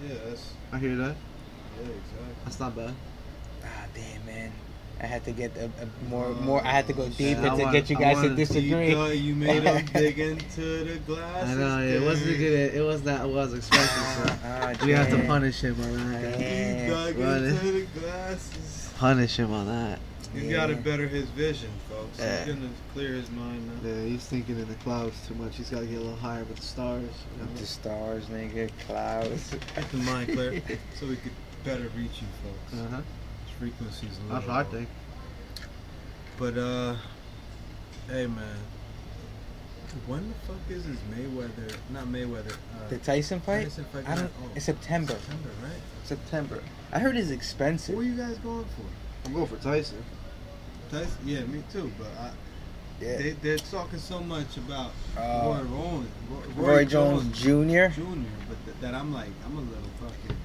yeah, that's I hear that. yeah, exactly. That's not bad. Ah, damn, man. I had to get a, a more, Oh, more. I had to go shit. deeper I to wanna- get you I guys to wanna- You disagree. You, thought you made him dig into the glass. I know. Yeah, it wasn't good. It wasn't that I was expecting. So. Ah, ah, We have to damn. punish him on that. He Damn. dug Run into the glasses. Punish him on that. He's Yeah. got to better his vision, folks. Yeah. He's gonna clear his mind now. Yeah, he's thinking in the clouds too much. He's got to get a little higher with the stars. you know? The stars, nigga, clouds. Get the mind clear, so we could better reach you, folks. Uh-huh. His frequency's low. That's what I think. But uh, hey man, when the fuck is this Mayweather? Not Mayweather. Uh, The Tyson fight? Tyson fight I night? don't. Oh, It's September. September, right? September. I heard it's What are expensive. you guys going for? I'm going for Tyson. Tyson? Yeah, me too. But I, Yeah. they, they're talking so much about Roy, Uh, Rowan, Roy, Roy, Jones Jr. Jr. But th- that I'm like, I'm a little fucking.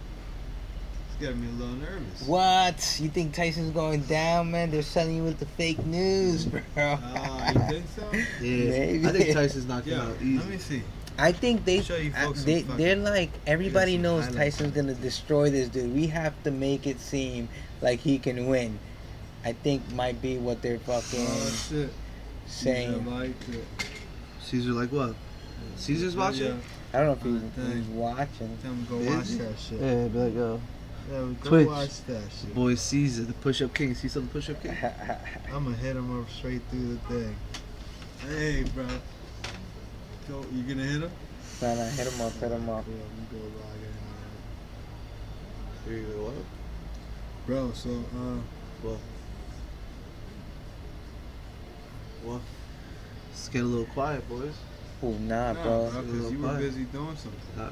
It's getting me a little nervous. What? You think Tyson's going down, man? They're selling you with the fake news, bro. Uh, you think so? Yeah, Maybe. I think Tyson's knocking Yeah. out Let easy. me see. I think they, Show you I- folks some they fucking- they're like everybody some knows highlights. Tyson's gonna destroy this dude. We have to make it seem like he can win. I think might be Uh, what they're fucking Oh shit. saying. Yeah, Mike, uh, Caesar like what? Caesar's watching. I don't know if he- Oh, dang. he's watching. Tell him to go Is watch he? that shit. Yeah, be like, oh, Yeah, we go Twitch. watch that shit. boy Caesar, the push-up king. See something push-up king? I'm gonna hit him up straight through the thing. Hey, bro. Go, you gonna hit him? No, no, hit him up, hit him up. Yeah, we go log in. Here you go. Bro, so uh, Let's get a little quiet, boys. Ooh, nah, nah, bro. bro, cause you were busy doing something. Nah,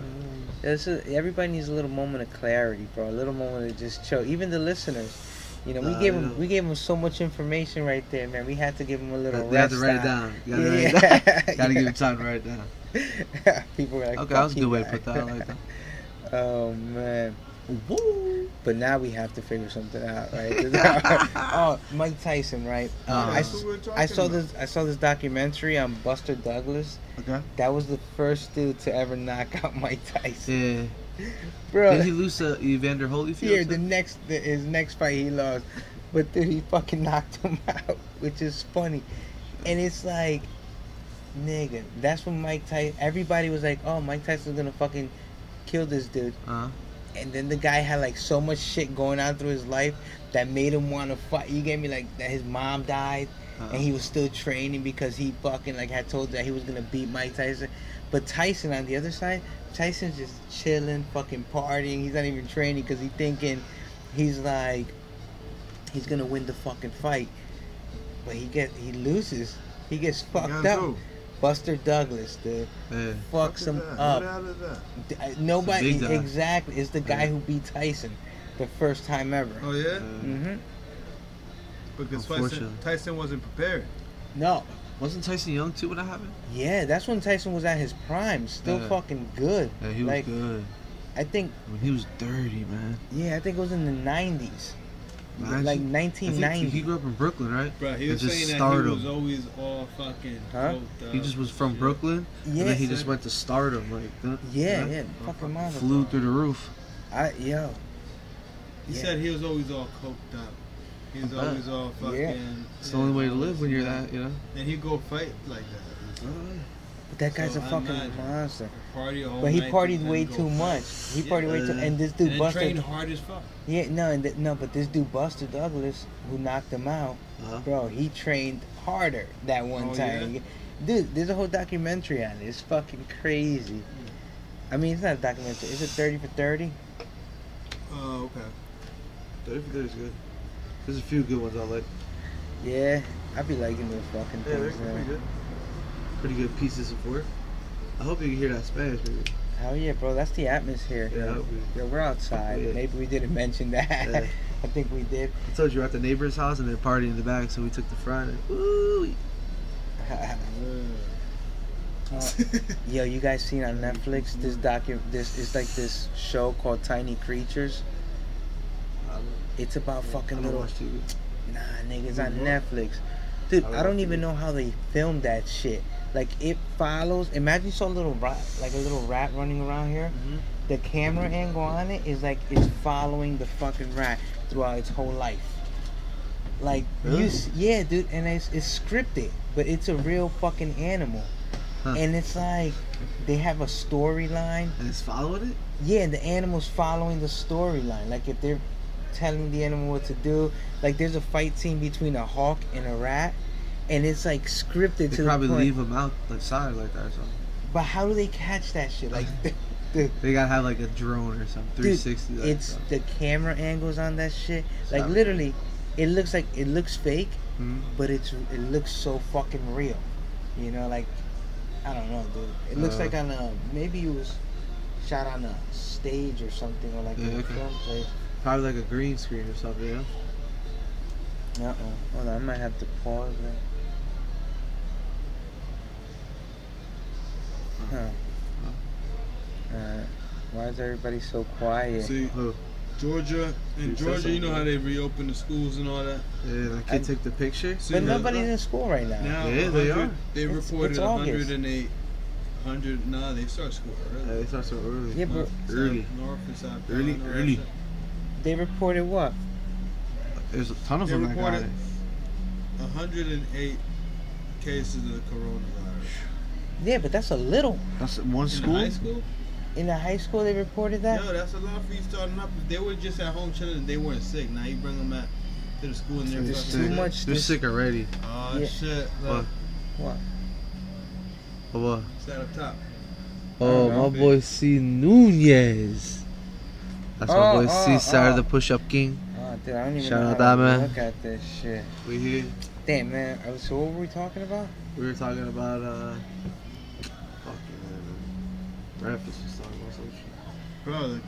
This is, everybody needs a little moment of clarity, bro. A little moment of just chill. Even the listeners, you know, we Nah, gave I them know. we gave them so much information right there, man. We had to give them a little they have rest. to write it time. down. You gotta write it down. yeah. Gotta give him time to write it down. Yeah. People were like, Okay, that was a "Fuck good you way to guys." put that. I like that. Oh man. Woo! But now we have to figure something out, right? oh, Mike Tyson, right? Uh, I, That's what we're I talking saw about. this. I saw this documentary on Buster Douglas. Okay. That was the first dude to ever knock out Mike Tyson, Yeah. bro. Mm. Did he lose to Evander Holyfield? Yeah, the too? next the, his next fight he lost, but dude, he fucking knocked him out, which is funny, and it's like, nigga, that's when Mike Tyson. Everybody was like, oh, Mike Tyson's gonna fucking kill this dude, Uh-huh. and then the guy had like so much shit going on through his life that made him want to fight. You get me? Like that his mom died, Uh-huh. and he was still training because he fucking like had told that he was gonna beat Mike Tyson. But Tyson on the other side, Tyson's just chilling, fucking partying. He's not even training because he thinking he's like he's gonna win the fucking fight. But he get he loses. He gets fucked Gotta up. go. Buster Douglas, dude, Yeah. fucks Look him at that. up. Get out of that. D- uh, Nobody big guy. exactly is the guy Yeah. who beat Tyson the first time ever. Oh yeah, Uh, hmm because Tyson, Unfortunately. Tyson wasn't prepared. No, wasn't Tyson Young too when that happened? yeah, that's when Tyson was at his prime, still Yeah. fucking good. Yeah, he was like good. I think, I mean, he was dirty, man. yeah, I think it was in the nineties, Imagine- like I nineteen think he- he ninety. grew up in Brooklyn, right? Bro, he It was just saying that he stardom. was always all fucking. Huh? doped up. He just was from Yeah. Brooklyn, Yeah, and then he Yes. yeah, just went to stardom, like that. yeah, fucking fucking mother. Flew through the roof. I, yo, He Yeah. said he was always all coked up. He was I bet. always all fucking. It's the only way to live when you're that, you know. And he'd go fight like that. but that guy's So a I fucking imagine. monster. Party all But he night partied and way go too fight. much. He Yeah. partied way too, and this dude And Buster, trained hard as fuck. yeah, no, and th- no, but this dude Buster Douglas, who knocked him out, Uh-huh. Bro, he trained harder that one Oh, time. yeah? Dude, there's a whole documentary on it. It's fucking crazy. I mean, it's not a documentary. Is it 30 for 30? Oh, okay. Thirty for thirty is good. There's a few good ones I like. Yeah, I be liking those fucking Yeah, they're things. pretty man. good. Pretty good pieces of work. I hope you can hear that Spanish, baby. Hell yeah, bro. That's the atmosphere. Yeah, I Yeah, hope you- yeah we're outside. Yeah. Maybe we didn't mention that. Yeah. I think we did. I told you we're at the neighbor's house and they're partying in the back, so we took the front. And, Woo! Yo, you guys seen on Netflix this docu? This is like this show called Tiny Creatures. It's about I fucking don't little watch TV. Nah, niggas on Netflix. Dude, Mm-hmm. I don't I don't, watch even it. know how they filmed that shit. Like it follows. Imagine you saw a little rat, like a little rat running around here. Mm-hmm. The camera angle on it is like it's following the fucking rat throughout its whole life. Like Really? you, s- yeah, dude, and it's, it's scripted, but it's a real fucking animal, Huh. and it's like they have a storyline. And it's following it? Yeah, and the animal's following the storyline. Like if they're telling the animal what to do, like there's a fight scene between a hawk and a rat, and it's like scripted They to probably the point. leave them out the side like that or something. But how do they catch that shit? Like, dude, They gotta have like a drone or something. dude, 360. like, it's so. the camera angles on that shit. Like Stop. literally, it looks like it looks fake, Mhm. but it's it looks so fucking real. You know, like I don't know, dude. It looks Uh. like on a maybe it was shot on a stage or something or like Yeah, in a okay. film place. Probably like a green screen or something, you know? Uh oh. Hold on, I might have to pause it. Huh. Uh, why is everybody so quiet? See, uh, Oh, Georgia and Dude, say Georgia, you know something. how they reopen the schools and all that. yeah, like you I- take the picture? See, but now- nobody's in school right now. Now, Yeah, they 100 are. They It's- reported it's a August. 108, 100. Nah, they start school Yeah, early. they start so early. Yeah, but North- Early. North and South Early, Carolina, early. that's They reported what? There's a ton Oh of They them that got reported it. 108 cases of the coronavirus. Yeah, but that's a little. That's one In school. high school? In the high school, they reported that. No, that's a lot for you starting up. If they were just at home chilling and they weren't sick, now you bring them out to the school and they're fucking They're There's too sick. sick. much. They're this- sick already. Oh, Yeah. shit. What? Look, Oh, what? it's that up top. Oh, Oh, my okay. boy C. Nunez. That's my Oh, boy C. oh, Saturday oh. the Push Up King. Oh, dude, I don't even Shout know out that how to man. Look at this shit. We here. Damn, man. Oh, So what were we talking about? We were talking about uh. Fucking. Uh, Breakfast was talking about some shit. Bro, like,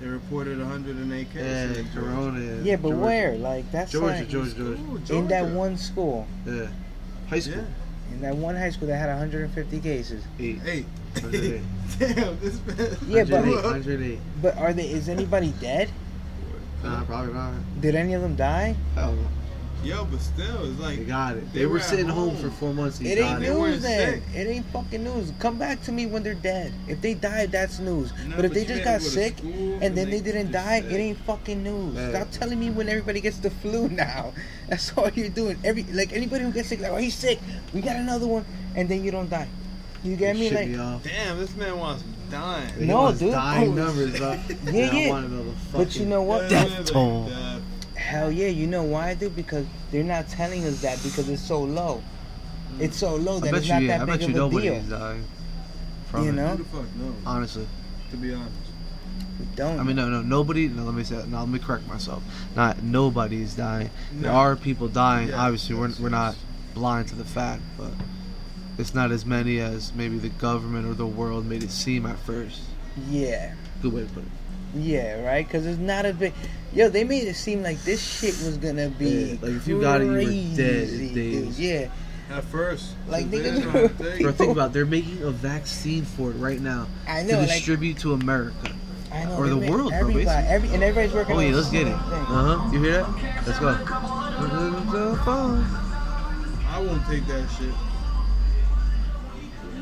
they reported 108 cases. Yeah, in Georgia. Corona. Yeah, but Georgia. where? Like that's Georgia, like Georgia, Georgia. Ooh, in that Georgia. one school, Yeah. High Yeah. school. in that one high school that had 150 cases. Eight. Hey. Hundred eight. Damn, this man. Yeah, but- 108, 108. But are they? Is anybody dead? Nah, probably not. Did any of them die? Hell no. Yo, but still, it's They like, got it. They, They were, were at sitting home. home. for four months. He It ain't got they weren't news then. sick. It ain't fucking news. Come back to me when they're dead. If they died, that's news. No, but if but they you just had to got go to sick school and and then they they didn't just die, it sick. ain't fucking news. Yeah. Stop telling me when everybody gets the flu now. That's all you're doing. Every like anybody who gets sick, like oh he's sick, we got another one, and then you don't die. You get me? Shit Like me off. damn, this man wants dying. He No, wants dude. Dying Oh, numbers, bro. Yeah, I yeah. want another But you fucking- know what? Yeah, Death toll. uh, Hell yeah, you know why, dude? Because they're not telling us that because it's so low. It's so low I that bet it's you, not yeah, I that bet you big of a nobody deal. is dying from You it. know? Who the fuck knows? Honestly, To be honest. We Don't. I mean, no, no, nobody. No, let me say, no, let me correct myself. Not nobody is dying. There No. are people dying. Yeah, Obviously, we're, yes, we're not yes. blind to the fact, but it's not as many as maybe the government or the world made it seem at first. yeah. Good way to put it. Yeah, right? Because it's not a big. Yo, they made it seem like this shit was gonna be. Yeah, like, if you got it, you were crazy, dead in dude. days. Yeah. At first. Like, so nigga, then, no. I think- Bro, think about it. they're making a vaccine for it right now I to know. Like, distribute to America. I know. or they the made world, bro, everybody, basically. every, And everybody's working Oh on yeah, the let's get same it. thing. Uh huh. You hear that? Let's go. I won't take that shit.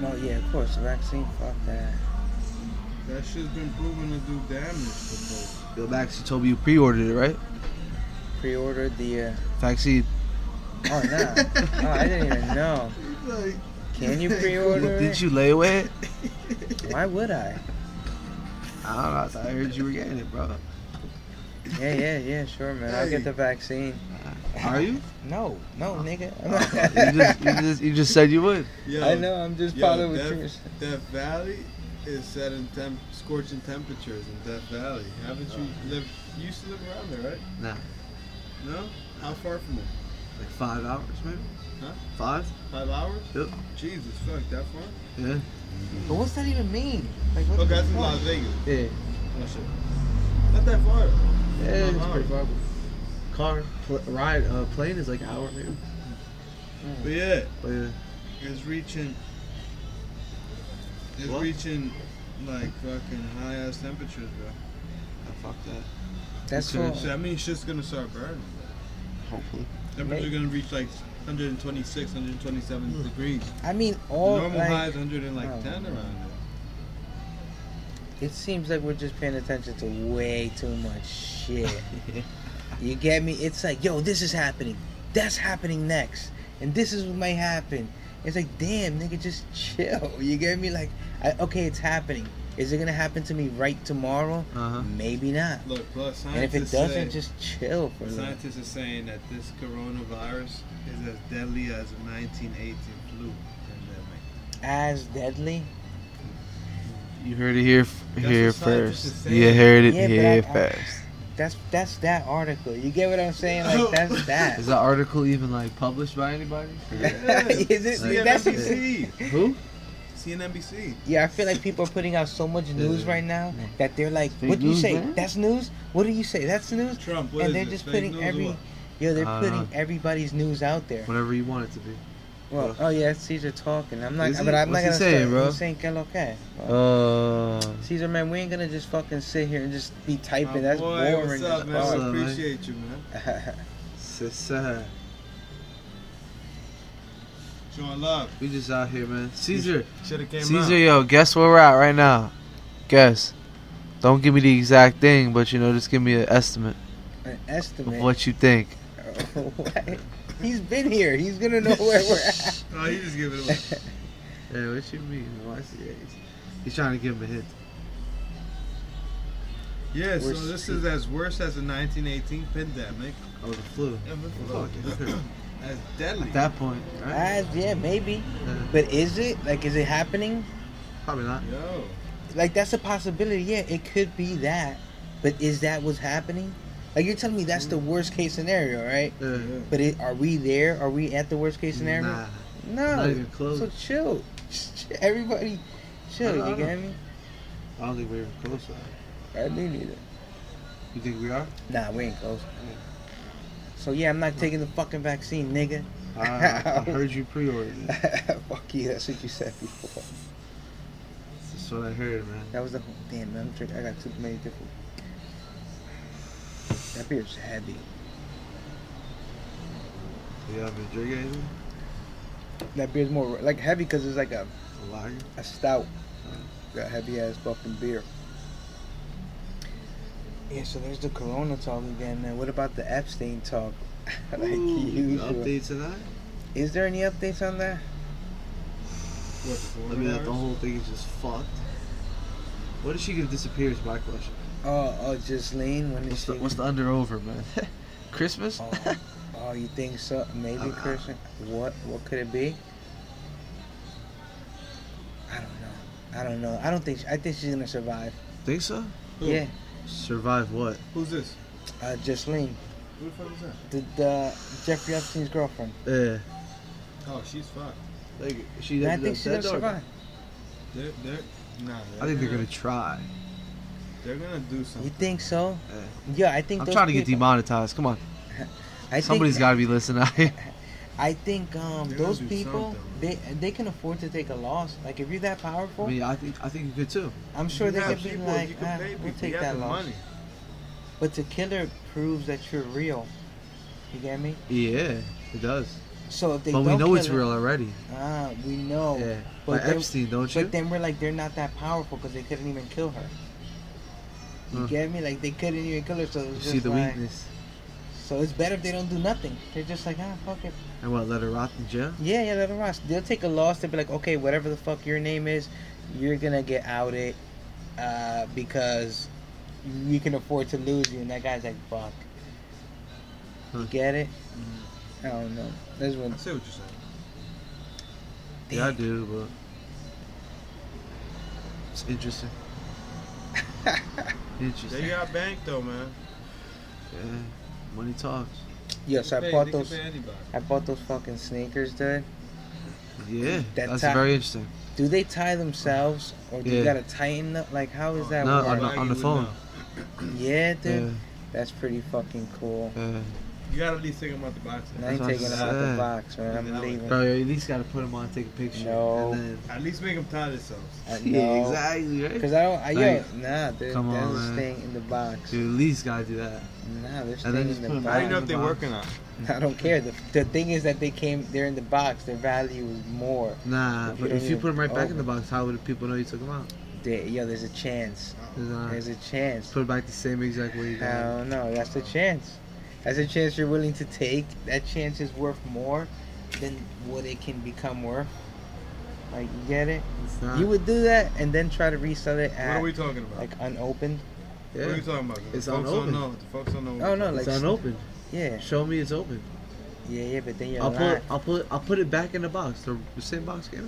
No, Oh, yeah, of course. The vaccine, fuck that. That shit's been proven to do damage to folks. Yo, Max, you told me you pre-ordered it, right? Pre ordered the. Uh... Vaccine. Oh, no. oh, I didn't even know. Like, Can you pre order? Did you lay away it? Why would I? I don't know. I thought I heard you were getting it, bro. Yeah, yeah, yeah, sure, man. I'll get Hey. the vaccine. Are you? No, no, nigga. I'm You not- just, you just, you just said you would. yo, I know. I'm just yo, following what Death, you're Death Valley is set in temp- scorching temperatures in Death Valley. Haven't you Oh. lived? You used to live around there, right? No. No. How far from it? Like five hours, maybe. Huh? Five? Five hours? Yep. Jesus, fuck that far? Yeah. But what's that even mean? Like, what Okay, the that's in fuck? Las Vegas. Yeah. Oh shit. Not that far. Yeah, it's pretty far. Car pl- ride uh, plane is like an hour, maybe. But yeah, But yeah. it's reaching. It's What? reaching like fucking high ass temperatures, bro. Oh, fuck that. That's Okay. what. So that means shit's gonna start burning. Hopefully. Temperature's gonna reach like 126, 127 degrees. I mean, The Hmm. all normal like, high is 110 Oh. around there. it seems like we're just paying attention to way too much shit. you get me? It's like, yo, this is happening. That's happening next, and this is what might happen. It's like, damn, nigga, just chill. You get me? Like, I, okay, it's happening. Is it gonna happen to me right tomorrow? Uh-huh. Maybe not. Look, plus And if scientists it doesn't, say, just chill for a little. scientists are saying that this coronavirus is as deadly as the 1918 flu pandemic. As deadly. You heard it here, f- That's here what scientists first. are saying. You heard it Yeah, but here I- I- first. That's that's that article. You get what I'm saying? Like that's that. Is the article even like published by anybody? Is it- that's- CNBC. Who? CNBC. Yeah, I feel like people are putting out so much news Yeah. right now that they're like, Fake "What do you news, say? man. That's news. What do you say? That's news." Trump. What and is they're this, just fake putting news or every, what? yo, they're I don't putting everybody's news out there. Whatever you want it to be. Well, oh yeah, it's Caesar talking. I'm not, Is it? but I'm What's not he gonna saying, start- bro? I'm saying que lo que. Well, Uh, Caesar man, we ain't gonna just fucking sit here and just be My typing. That's boy, What's boring. up, as man? What's I up, man? appreciate you, man. fuck. Cesar. Showing love. We just out here, man. Caesar. Should have came out. Caesar, yo, guess where we're at right now? Guess. Don't give me the exact thing, but you know, just give me an estimate An of estimate. what you think. What? He's been here. He's gonna know where we're at. Oh, he just gave it away. Hey, what you mean? Why is he- He's trying to give him a hit. Yeah, so Worse- this is as worse as the 1918 pandemic. Oh, the flu. Yeah, Fuck but- it. as deadly. At that point, right? As Ah, yeah, maybe. Yeah. But is it like is it happening? Probably not. Yo. Like that's a possibility. Yeah, it could be that. But is that what's happening? Like you're telling me that's the worst case scenario, right? Yeah. But it, are we there? Are we at the worst case scenario? Nah. No. Not even close. So chill. Everybody chill, I don't you get me? I don't think we're even close to that. I do need it. You think we are? Nah, we ain't close. So yeah, I'm not taking the fucking vaccine, nigga. I, I heard you pre-ordered it. Fuck you, that's what you said before. That's what I heard, man. That was the whole damn man. I'm drinking. I got too many different. That beer's heavy. You have been drinking anything? That beer's more like heavy because it's like a, A lager? a stout, a heavy ass fucking beer. Yeah, so there's the Corona talk again, man. What about the Epstein talk? like Ooh, usual. Update to that? Is there any updates on that? What, I mean, that the whole thing is just fucked. What if she could disappear is my question. Oh, oh, Justine. When is What's she? the, what's the under over, man? Christmas? oh, oh, you think so? Maybe Christian. What? What could it be? I don't know. I don't know. I don't think. I think she's gonna survive. Think so? Who? Yeah, Survive what? Who's this? uh, Justine, Who the fuck is that? the, the Jeffrey Epstein's girlfriend. Yeah. Oh, she's fucked. Like, she I that- think that- she's that gonna dog- survive. They're, they're, nah, I think they're gonna try. They're gonna do You something. think so? Yeah. Yeah, I think. I'm those trying to get people- demonetized. Come on, I somebody's think, got to be listening. out here. I think um, They're gonna those do people something. they they can afford to take a loss. Like if you're that powerful, I mean, I think I think you could too. I'm sure they Yeah, could be people, like, you can ah, pay we'll people, take you have that the loss. money. But the killer proves that you're real. You get me? Yeah, it does. So if they But don't we know it's kill him- real already. Ah, we know. Yeah, But but they- Epstein, don't you? But then we're like, they're not that powerful because they couldn't even kill her. You Huh. get me? Like they couldn't even kill her, so it's You just see the like, weakness So it's better if they don't do nothing. They're just like, ah, fuck it. and what let her rot in jail. Yeah, yeah, let them rot. They'll take a loss. They'll be like, okay, whatever the fuck your name is, you're gonna get outed uh, because we can afford to lose you. And that guy's like, fuck. Huh. Hmm. You get it? I don't know. This one. I see what you're saying. Yeah, I do, but it's interesting. They interesting. got banked though, man. Yeah, money talks. Yeah, so They- I they bought can those. pay anybody. I bought those fucking sneakers, dude. Yeah, That that's ti- very interesting. Do they tie themselves, or do Yeah. you gotta tighten up? Like, how is that No, work? on the, on You the would phone. know. Yeah, dude. Yeah, That's pretty fucking cool. yeah. You gotta at least think about the boxing. I ain't what I taking them out the said. box, man. I'm Yeah. leaving. Bro, you at least gotta put him on, take a picture. No. And At least make them tie themselves. I- then, Uh, no. yeah, exactly, right? Cause I don't, I, Like, yo, nah, dude, come that's on, just man. staying in the box. Dude, at least gotta do that. Nah, they're then staying in just the put 'em box. back I don't in know if the they box. working on. it. I don't care. The, the thing is that they came, they're in the box. Their value is more. Nah, If you but don't if you even- put him right back in oh. the box, how would people know you took him out? They, yo, there's a chance. Nah, There's a chance. put it back the same exact way you got. it. Hell no, that's a chance. That's a chance you're willing to take. That chance is worth more than what it can become worth. Like, you get it? It's not- You would do that and then try to resell it What are at we talking about? like unopened. yeah. What are you talking about? 'Cause It's the folks unopened. don't know. The folks don't know. what Oh we're no, It's like unopened. yeah, Show me it's open. yeah, yeah. But then you're I'll lying. put I'll put I'll put it back in the box. The the same box Gary.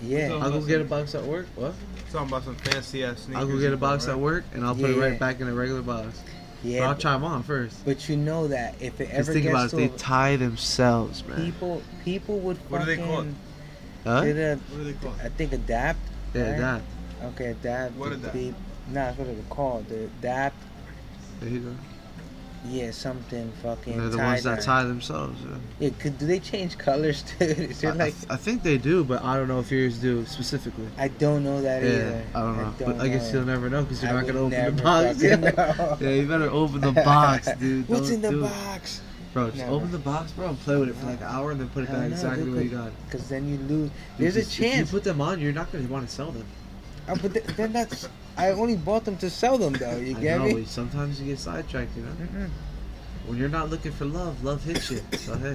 yeah. Oh, I'll go that's get a it. box at work. What? Talking about some fancy ass sneakers. I'll go you get a bought, box right? at work and I'll put it Yeah. right back in a regular box. but Yeah, I'll but, try them on first. but you know that if it Just ever think gets about it. to They a- tie themselves, man. people, people would fucking. What are they called? Huh? did a- What are they called? I think adapt. Yeah, right? that. Okay, adapt. What would adapt? be- Nah, that's what they're called. The adapt. There you go. Yeah, something fucking. They're the ones that tie-dye. tie themselves. yeah. Yeah, could, do they change colors, dude? Is I, there like? I think they do, but I don't know if yours do specifically. I don't know that Yeah, either. I don't know. but I guess know. you'll never know because you're I not gonna would open the never box. fucking Yeah. know. Yeah, you better open the box, dude. What's Don't in the do it. box? Bro, just Never. open the box, bro, and play with it for like an hour and then put it I don't back know, exactly they where you could- got it. Cause then you lose. Dude, There's a if- If you chance. put them on, you're not going to want to sell them. Uh, but th- then that's. I only bought them to sell them, though. You I get know, me? sometimes you get sidetracked, you know? Mm-mm. When you're not looking for love, love hits you. So, hey.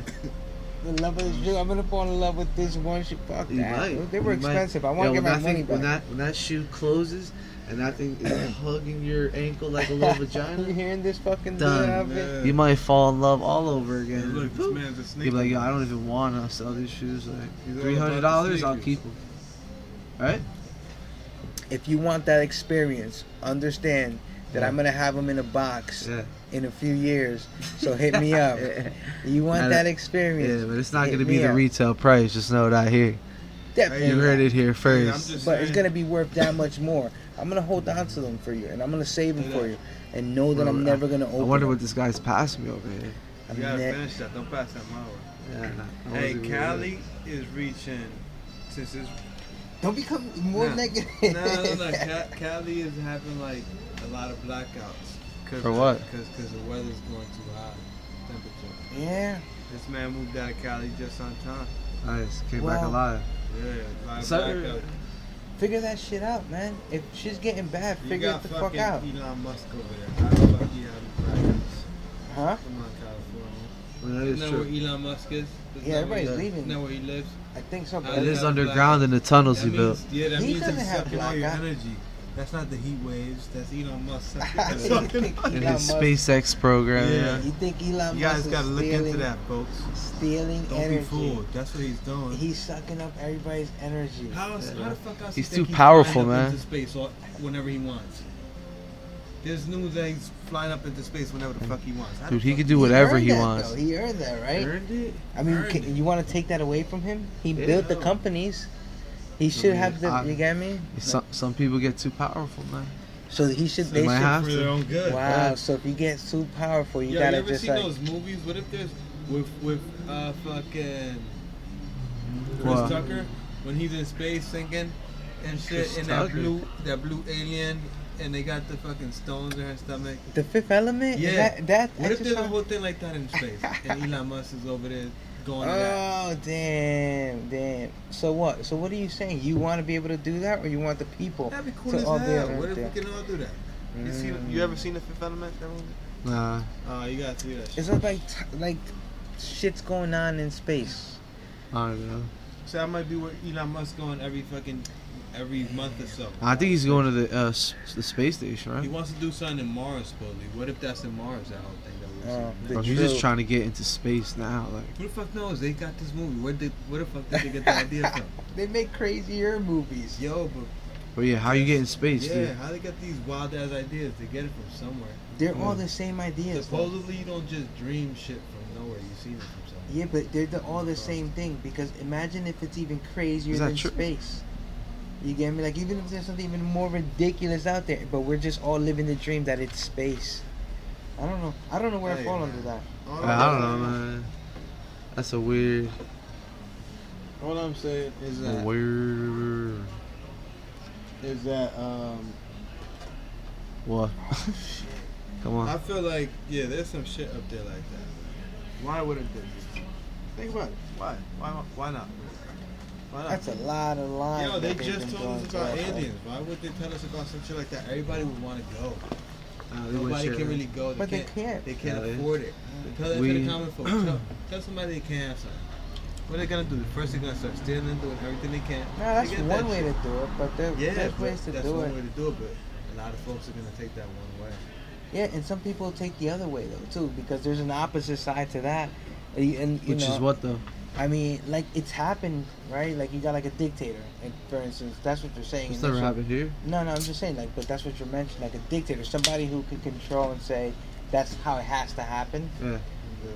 the love of this dude. I'm gonna fall in love with this one shoe. Fuck You that. might. They were You might. expensive. I want to Yo, when get my that thing- money back. When that when that shoe closes, and that thing is hugging your ankle like a little you vagina, hearing this fucking Done. dude out of it? Yeah. you might fall in love all over Hey, again. look, this man's a snake. You'd be like, yo, I don't even want to sell these shoes. Like He's all three hundred dollars, I'll about the sneakers. keep them. Right? If you want that experience, understand that I'm gonna have them in a box Yeah. in a few years. So hit me up. yeah, You Now want that- that experience? yeah, but it's not hit gonna me be the up. retail price. Just know that here. Definitely. You heard it here Hey, I'm first. just But it's saying. gonna be worth that much more. I'm gonna hold on to them for you, and I'm gonna save them for you, and know that I'm Bro, never gonna I open. wonder what them. this guy's passing me over here. I'm You gotta ne- finish that. Don't pass that mile. Yeah, nah, I Hey, wasn't really- Cali is reaching. Since it's Don't become more Nah. negative. no, no, no. Ca- Cali is having like a lot of blackouts. Cause, For what? Because the weather's going too high. Temperature. yeah. This man moved out of Cali just on time. Nice. Came back Well, alive. Yeah, a lot of So- blackout. Figure that shit out, man. If shit's getting bad, You figure got it the fuck fucking out. Elon Musk over there. How the fuck you having blackouts? Huh? Come on, California. Well, that Isn't is that true. where Elon Musk is? Isn't Yeah, that where he everybody's lives? leaving. Isn't that where he lives? I think so. Uh, But It is got underground in the tunnels he That built. means, yeah, that He means doesn't he's have sucking all your blackout. energy. That's not the heat waves. That's Elon Musk sucking. sucking. In Elon his Musk- SpaceX program. Yeah. You think Elon You Musk guys is got to look stealing, into that, folks. stealing Don't energy? be fooled. That's what he's doing. He's sucking up everybody's energy. how, else- how the fuck else He's you think too he's powerful, flying up man. Into space or whenever he wants. There's news that he's flying up into space whenever the fuck he wants. How the Dude, he fuck- could do whatever earned he that, wants. Though. He earned that, right? Earned it? I mean, Earned can, it. you want to take that away from him? He Yeah. built the companies. He should mean, have the. I- you get me? Some some people get too powerful, man. So he should. They They might should. have for to. their own good. Wow. So if you get too powerful, you Yo, gotta you ever just seen like. those movies? What if there's with with uh fucking Chris What? Tucker when he's in space sinking and shit, Chris and that Tucker? blue that blue alien, and they got the fucking stones in her stomach. The Fifth Element. Yeah. Is that, that What if exercise- there's a whole thing like that in space, and Elon Musk is over there going to that? Oh damn, damn. So what? So what are you saying? You want to be able to do that, or you want the people That'd be cool to as all be hell. able to What if do we can all do that? You see, you ever seen the Fifth Element? That movie? Nah. Oh, you gotta see that. Shit. It's not like t- like shit's going on in space. I don't know. So that might be where Elon Musk going every fucking every month or so. I think he's going to the uh, s- the space station, He right? wants to do something in Mars, supposedly. What if that's in Mars? That whole thing that we Uh, were the Bro, he's drill. just trying to get into space now. Like, Who the fuck knows? They got this movie. Where did where the fuck did they get the idea from? They make crazier movies. Yo, but but yeah, how you get in space, yeah, dude? how they got these wild ass ideas? They get it from somewhere. They're all the same ideas. though. Supposedly, you don't just dream shit from nowhere. You see it from somewhere. Yeah, but they're the, all the same thing because imagine if it's even crazier Is that than true? space. You get me? Like even if there's something even more ridiculous out there, but we're just all living the dream that it's space. I don't know. I don't know where I Hey, fall man. under that. All Uh, I don't know, man. That's a weird, All I'm saying is that is weird. that um, What? Come I on. feel like yeah, there's some shit up there like that. Why wouldn't they? do that? Think about it. Why? Why? Why not? Why not? That's a lot of lines. Yo, they that they've just been told us going about through. aliens. Why would they tell us about some shit like that? Everybody would want to go. Uh, they went Nobody shit, can man. really go. They But they can't, can't. They can't Yeah, they- afford it. But tell that to We- the common folk. Tell, tell somebody they can't have something. What are they gonna do? First they're gonna start stealing and doing everything they can. No, that's They get one that way shit. to do it, but there, Yeah, there's but ways to that's do one it. way to do it. But a lot of folks are gonna take that one way. Yeah, and some people take the other way though too, because there's an opposite side to that. And, you- and, you Which know, is what though? I mean, like it's happened, right? Like you got like a dictator, and for instance, that's what you're saying. It's and never that's what- happened here. No, no, I'm just saying, like, but that's what you're mentioning, like a dictator, somebody who can control and say that's how it has to happen. Yeah.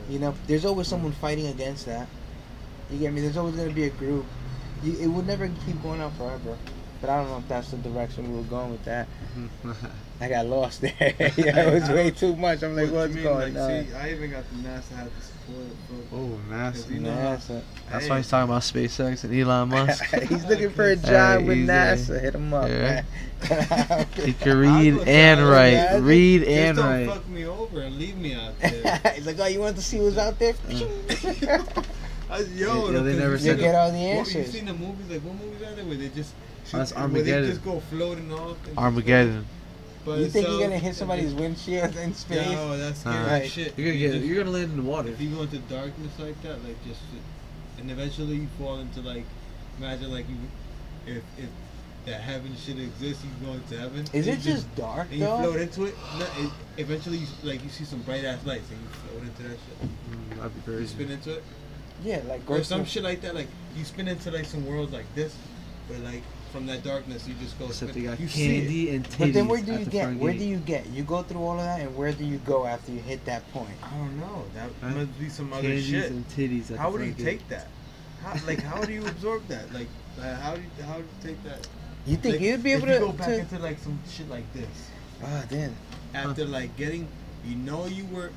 You know, there's always someone fighting against that. You get me? There's always going to be a group. You, it would never keep going on forever. But I don't know if that's the direction we were going with that. I got lost there. yeah, it was way too much. I'm like, What what's you mean? going Like, on? See, I even got the NASA had to support it, bro. oh, nasty. you know how- NASA. That's Hey, why he's talking about SpaceX and Elon Musk. He's looking for a job with he's, uh, NASA. Hit him up, yeah. man. he can read go and down. Yeah, I write. think- Read Just and don't write. fuck me over and leave me out there. He's like, oh, you want to see what's out there? Uh, I, yo, Yeah, they because never you said see you that. the- get all the Well, you answers. seen the movies like what movies are there where they just That's where they Armageddon. just go floating off? and- Armageddon. But You think so- you're gonna hit somebody's windshield in space? No, that's scary Uh, as shit. You're gonna You get. just- You're gonna land in the water. If you go into darkness like that, like just, and eventually you fall into like, imagine like you, if if that heaven shit exists, you go into heaven. Is and it you just dark And you float though? into it. No, it eventually, you, s- like you see some bright ass lights, and you float into that shit. Mm, that'd be You crazy. spin into it, Yeah, like or go some some shit like that. Like you spin into like some world like this, but like from that darkness, you just go. Except they spin- got you see it. candy and titties But then where do at you the get? front Where gate. do you get? You go through all of that, and where do you go after you hit that point? I don't know. That Huh? must be some other Candies shit. and titties at the How would you front gate. take that? How, like, how do you absorb that? Like, uh, how do you, how do you take that? You think Like, you'd be if able you to? go back to- into like some shit like this Ah, damn. after like getting, you know, you were,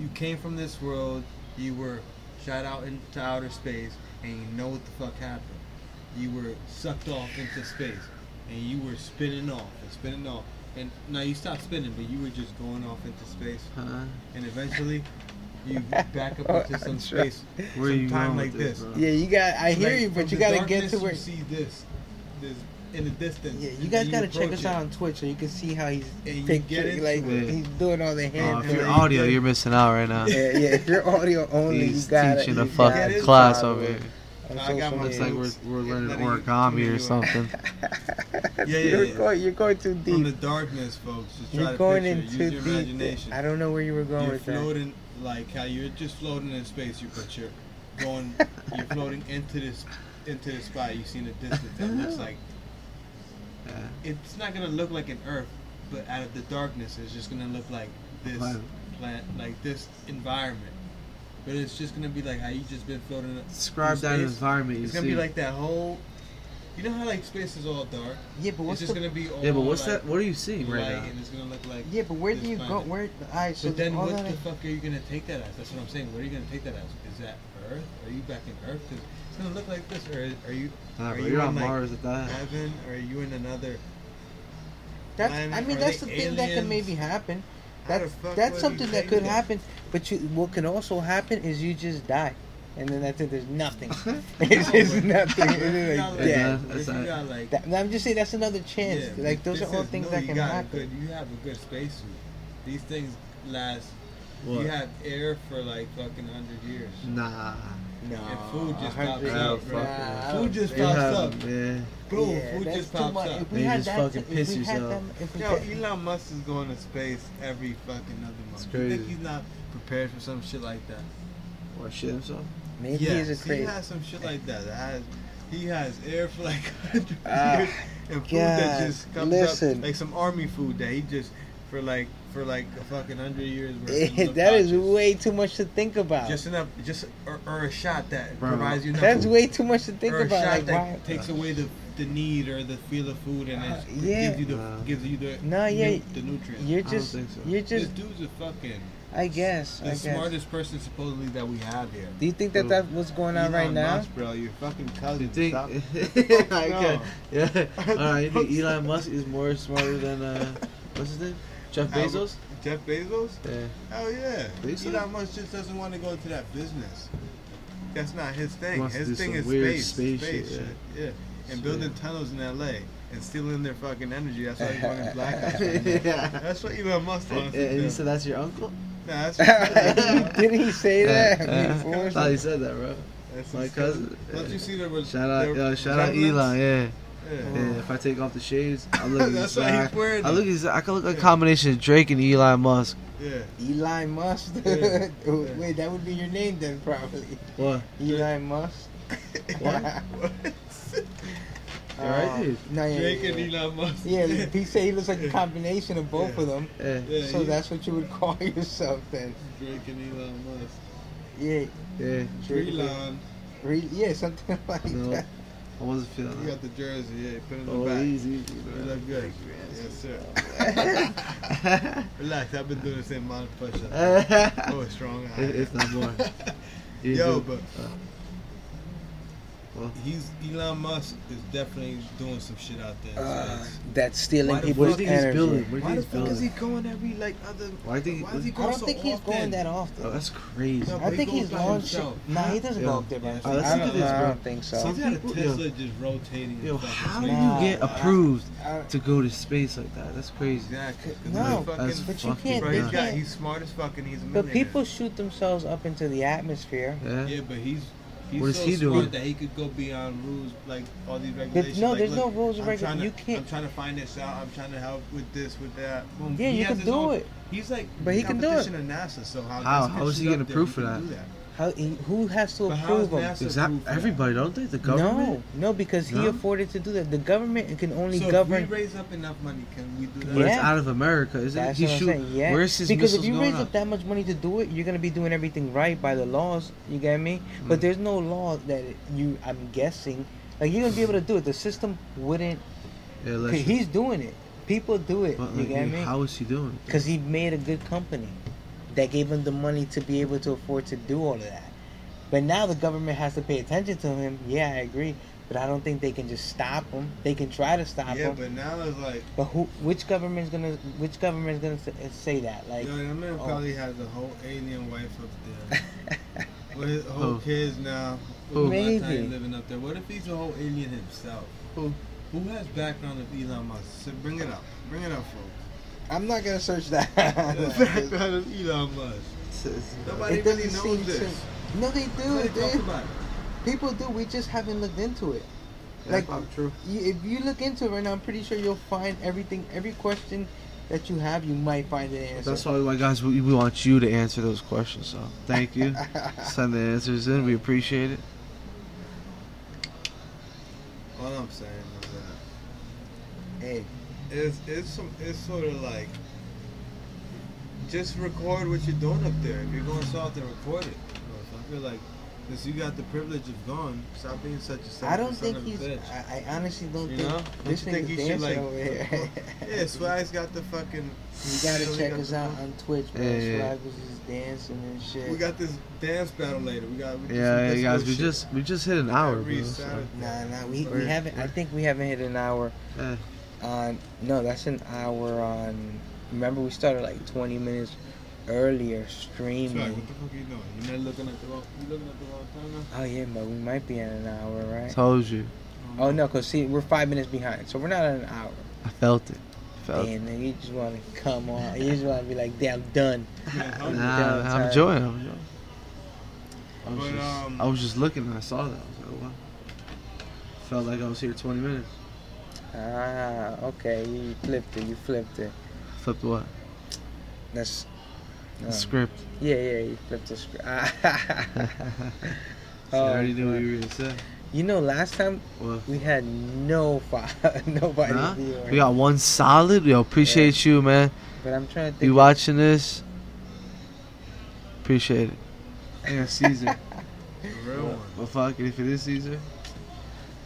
you came from this world, you were shot out into outer space, and you know what the fuck happened. You were sucked off into space, and you were spinning off and spinning off, and now you stopped spinning, but you were just going off into space, Huh? and eventually. You back up into some That's right. space, Oh, Where some you time going like with this, this, bro? Oh, Yeah, you got. I hear like, you, from but you the gotta get to darkness, where. You see this, this in the distance. Yeah, and you then guys gotta check approach us it. out on Twitch so you can see how he's And you get picturing, into like it. he's doing all the hand. Uh, if you're motions. audio, you're missing out right now. yeah, yeah, if you're audio only, He's you gotta. teaching you a gotta fucking it. class follow over here. on I got social my- Looks media. like we're, we're Yeah, learning letting you origami continue. or something. Yeah, yeah, you're yeah. Going, you're going too From the deep. darkness, folks. Just try You're to going picture. in it. too Use your deep. imagination. I don't know where you were going You're with that. floating like how you're just floating in space. You but you're going. you're floating into this into the spot you see in the distance that looks like. Yeah. It's not gonna look like an Earth, but out of the darkness, it's just gonna look like this Planet. plant, like this environment. But it's just gonna be like how you just been floating. through Describe that space. environment. You It's see. gonna be like that whole. You know how like space is all dark. Yeah, but what's it's just the? gonna be all. yeah, but what's like, that? What are you seeing Light, right now? and it's gonna look like. Yeah, but where do this you go? planet. Where? Alright, so But then all what that. the fuck are you gonna take that as? That's what I'm saying. What are you gonna take that as? Is that Earth? Are you back in Earth? 'Cause it's gonna look like this, or are you Nah, Are bro, you you're on, on like, Mars at that. heaven? Or are you in another? That's, I Planet? mean, Are that's the they thing that could aliens? maybe happen. How That's the fuck that's would something you that take could happen. But you, what can also happen is you just die, and then that's it. There's nothing. it's just nothing. What if you It's got, like like, dead. what if Yeah, you that's got, like, That- I'm just saying that's another chance. Yeah, like those this are all is- things no, that you can got a happen. Good, you have a good spacesuit. These things last. What? Mm. You have air for like fucking hundred years. Nah. No, And food just 100 pops up, years, bro. nah, Food just You pops up. have- yeah. Boom, yeah, food that's just too pops much. up. If we Then you had just that, fucking if we piss had yourself. them- if we Yo, had- Elon Musk is going to space every fucking other month. It's You crazy. think he's not prepared for some shit like that? Or shit himself. maybe yeah, he's a he crazy. has some shit like that. that has, he has air for like hundred Ah, years and food that God, just comes listen. up like some army food that he just for like for like a fucking hundred years. worth of little that is pouches. way too much to think about. just enough, just or, or a shot that Bro. provides you enough. that's way too much to think or a about. shot Like, that why? takes away the the need or the feel of food and Uh, it yeah. gives you the Uh, gives you the No, yeah, nu- the nutrients. You're I don't just, think so. you're just. this dude's a fucking I guess. I the guess. smartest person supposedly that we have here. Do you think that that's what's going Elon on right now? Musk, bro, your fucking You cousin. think? Stop. okay. No. Yeah. All right. You think Elon Musk is more smarter than uh, what's his name? Jeff Albert- Bezos. Jeff Bezos? Yeah. Hell yeah. Think so? Elon Musk just doesn't want to go into that business. That's not his thing. wants to do His thing some is weird space, space space, shit, shit. Yeah. And So, building yeah. tunnels in LA and stealing their fucking energy. That's why he wanted black out. yeah. That's what Elon Musk And, wants and to you do. said that's your uncle? Nah, that's Didn't he Uh, say that? Yeah, yeah. I before? thought you said that, bro. That's My his cousin. Don't you see there was Shout out, there- yo, shout out resemblance? Elon. Yeah. Yeah. Yeah, if I take off the shades, I look at Oh. That's this why he's guy. wearing. I it. look at this, I can look like a combination of Drake and Elon Musk. Yeah. Eli Musk. Yeah. Wait, that would be your name then, probably. What? Eli Musk. What? What? Oh. Uh, Alright, dude. No, yeah, Drake yeah, and yeah. Elon Musk. Yeah, he said he looks like a combination of both Yeah. of them. Yeah, Yeah, So he- that's what you would call yourself then. Drake and Elon Musk. Yeah, yeah. Drake- Elon, Re- yeah, something like No. that. I wasn't you feeling that. got the jersey. Yeah, put it in the Oh, back. easy, easy, You bro. look good. Yes, sir. Relax. I've been doing the same amount of push-ups. if, oh, it's strong. if not more. You Yo, do. but uh, Well, He's Elon Musk is definitely doing some shit out there. in Uh, space. that's stealing Why the people's fuck is energy. What do Why you the think he's fuck is he building? going every like other? Why do you think- Why is he I going don't so think he's often? going that often. Oh, that's crazy. No, I he think goes he's by going. himself. Nah, he doesn't Yeah. go up there by Yeah. himself. Oh, let's I look at don't, this, I bro. don't think so. Some- He's got a people- Tesla yo. just rotating. in Yo, fucking how do space. Nah, you get I- approved I- to go to space like that? That's crazy. Exactly. 'cause No, he's fucking- That's but you fucking can't- bro, he's they nuts. got. can't- He's smart as fuck, and he's a But millionaire. people shoot themselves up into the atmosphere. Yeah. Yeah, but he's. He's What is so he smart doing? that he could go beyond rules, like all these There's, regulations. no, like, there's no look, rules and I'm trying regulations. to- You I'm can't. trying to find this out. I'm trying to help with this, with that. Boom. Yeah, you has can his do own- it. He's like But he can do it. competition in NASA. So how? How- this how kid is he shit getting up there, approved he for can that? do How, he, who has to But how is approve him? NASA Exactly. approved for that? Everybody, don't they? The No, government. no, because he No? afforded to do that. The government can only So govern. if we raise up enough money, can we do that? But it's Yeah. out of America, isn't it? That's He what I'm shoot. saying. Yeah. Where's his because if missiles you going raise up? up that much money to do it, you're gonna be doing everything right by the laws. You get me? Mm. But there's no law that you. I'm guessing, like you're gonna be able to do it. The system wouldn't. yeah, let's- 'cause he's doing it. People do it. but, you like, get me? How is he doing? it? Because he made a good company that gave him the money to be able to afford to do all of that. But now the government has to pay attention to him. Yeah, I agree. But I don't think they can just stop him. They can try to stop Yeah, him. But, but now it's like, who? Which government's gonna? Which government's gonna s- uh, say that? Like, yo, that man oh. probably has a whole alien wife up there with his whole Who? kids now. Who? With his lifetime Maybe. living up there. What if he's a whole alien himself? Who? Who has background of Elon Musk? So bring it up. Bring it up, folks. I'm not gonna search that. The background of Elon Musk. It's- it's- Nobody really knows this. No, they do. Nobody talks Dude. about it. People do. We just haven't looked into it. yeah, Like- probably true. You, if you look into it right now, I'm pretty sure you'll find everything. Every question that you have, you might find an answer. That's why, my guys, we, we want you to answer those questions. So thank you. Send the answers in. We appreciate it. All I'm saying is that Hey, it's it's some it's sort of like just record what you're doing up there. If you're going south, then record it. So I feel like since you got the privilege of going, stop being such a I selfish son don't think of a he's. bitch. I, I honestly don't You think know? this Don't you thing think you is should, dancing like, over here. yeah, Swag's got the fucking. You gotta so we check got us the- out on Twitch, bro. Yeah, yeah, yeah. Swag was just dancing and shit. We got this dance battle later. We got. We just- Yeah, this yeah guys, good we shit just we just hit an hour, every bro. so- Saturday. nah, nah. We, we We're- haven't. I think we haven't hit an hour. Eh. On no, that's an hour on. Remember, we started like 20 minutes earlier Swag, streaming. what the fuck are you doing? You're not looking at the wrong. You looking at the wrong time now. Oh yeah, but we might be at an hour, right? Told you. Oh no, cause see, we're five minutes behind, so we're not at an hour. I felt it. Felt it. Damn, nigga, you just wanna come on. You just wanna be like, damn, done. Yeah, how- Nah, down I'm tired. enjoying. it, I'm enjoying. it. I was, But, just, um, I was just looking and I saw that. I was like, oh, wow. Felt like I was here 20 minutes. Ah, okay. You flipped it. You flipped it. Flipped what? That's. The um, script. Yeah, yeah. You flipped the script. I already Oh, knew what God. you were gonna say. you know, last time Well, we had no fi- nobody nah, viewing. we got one solid. Yo, appreciate you, man. But I'm trying to think. You watching this? Appreciate it. Yeah, Caesar. real one. Well, fuck it. If it is Caesar,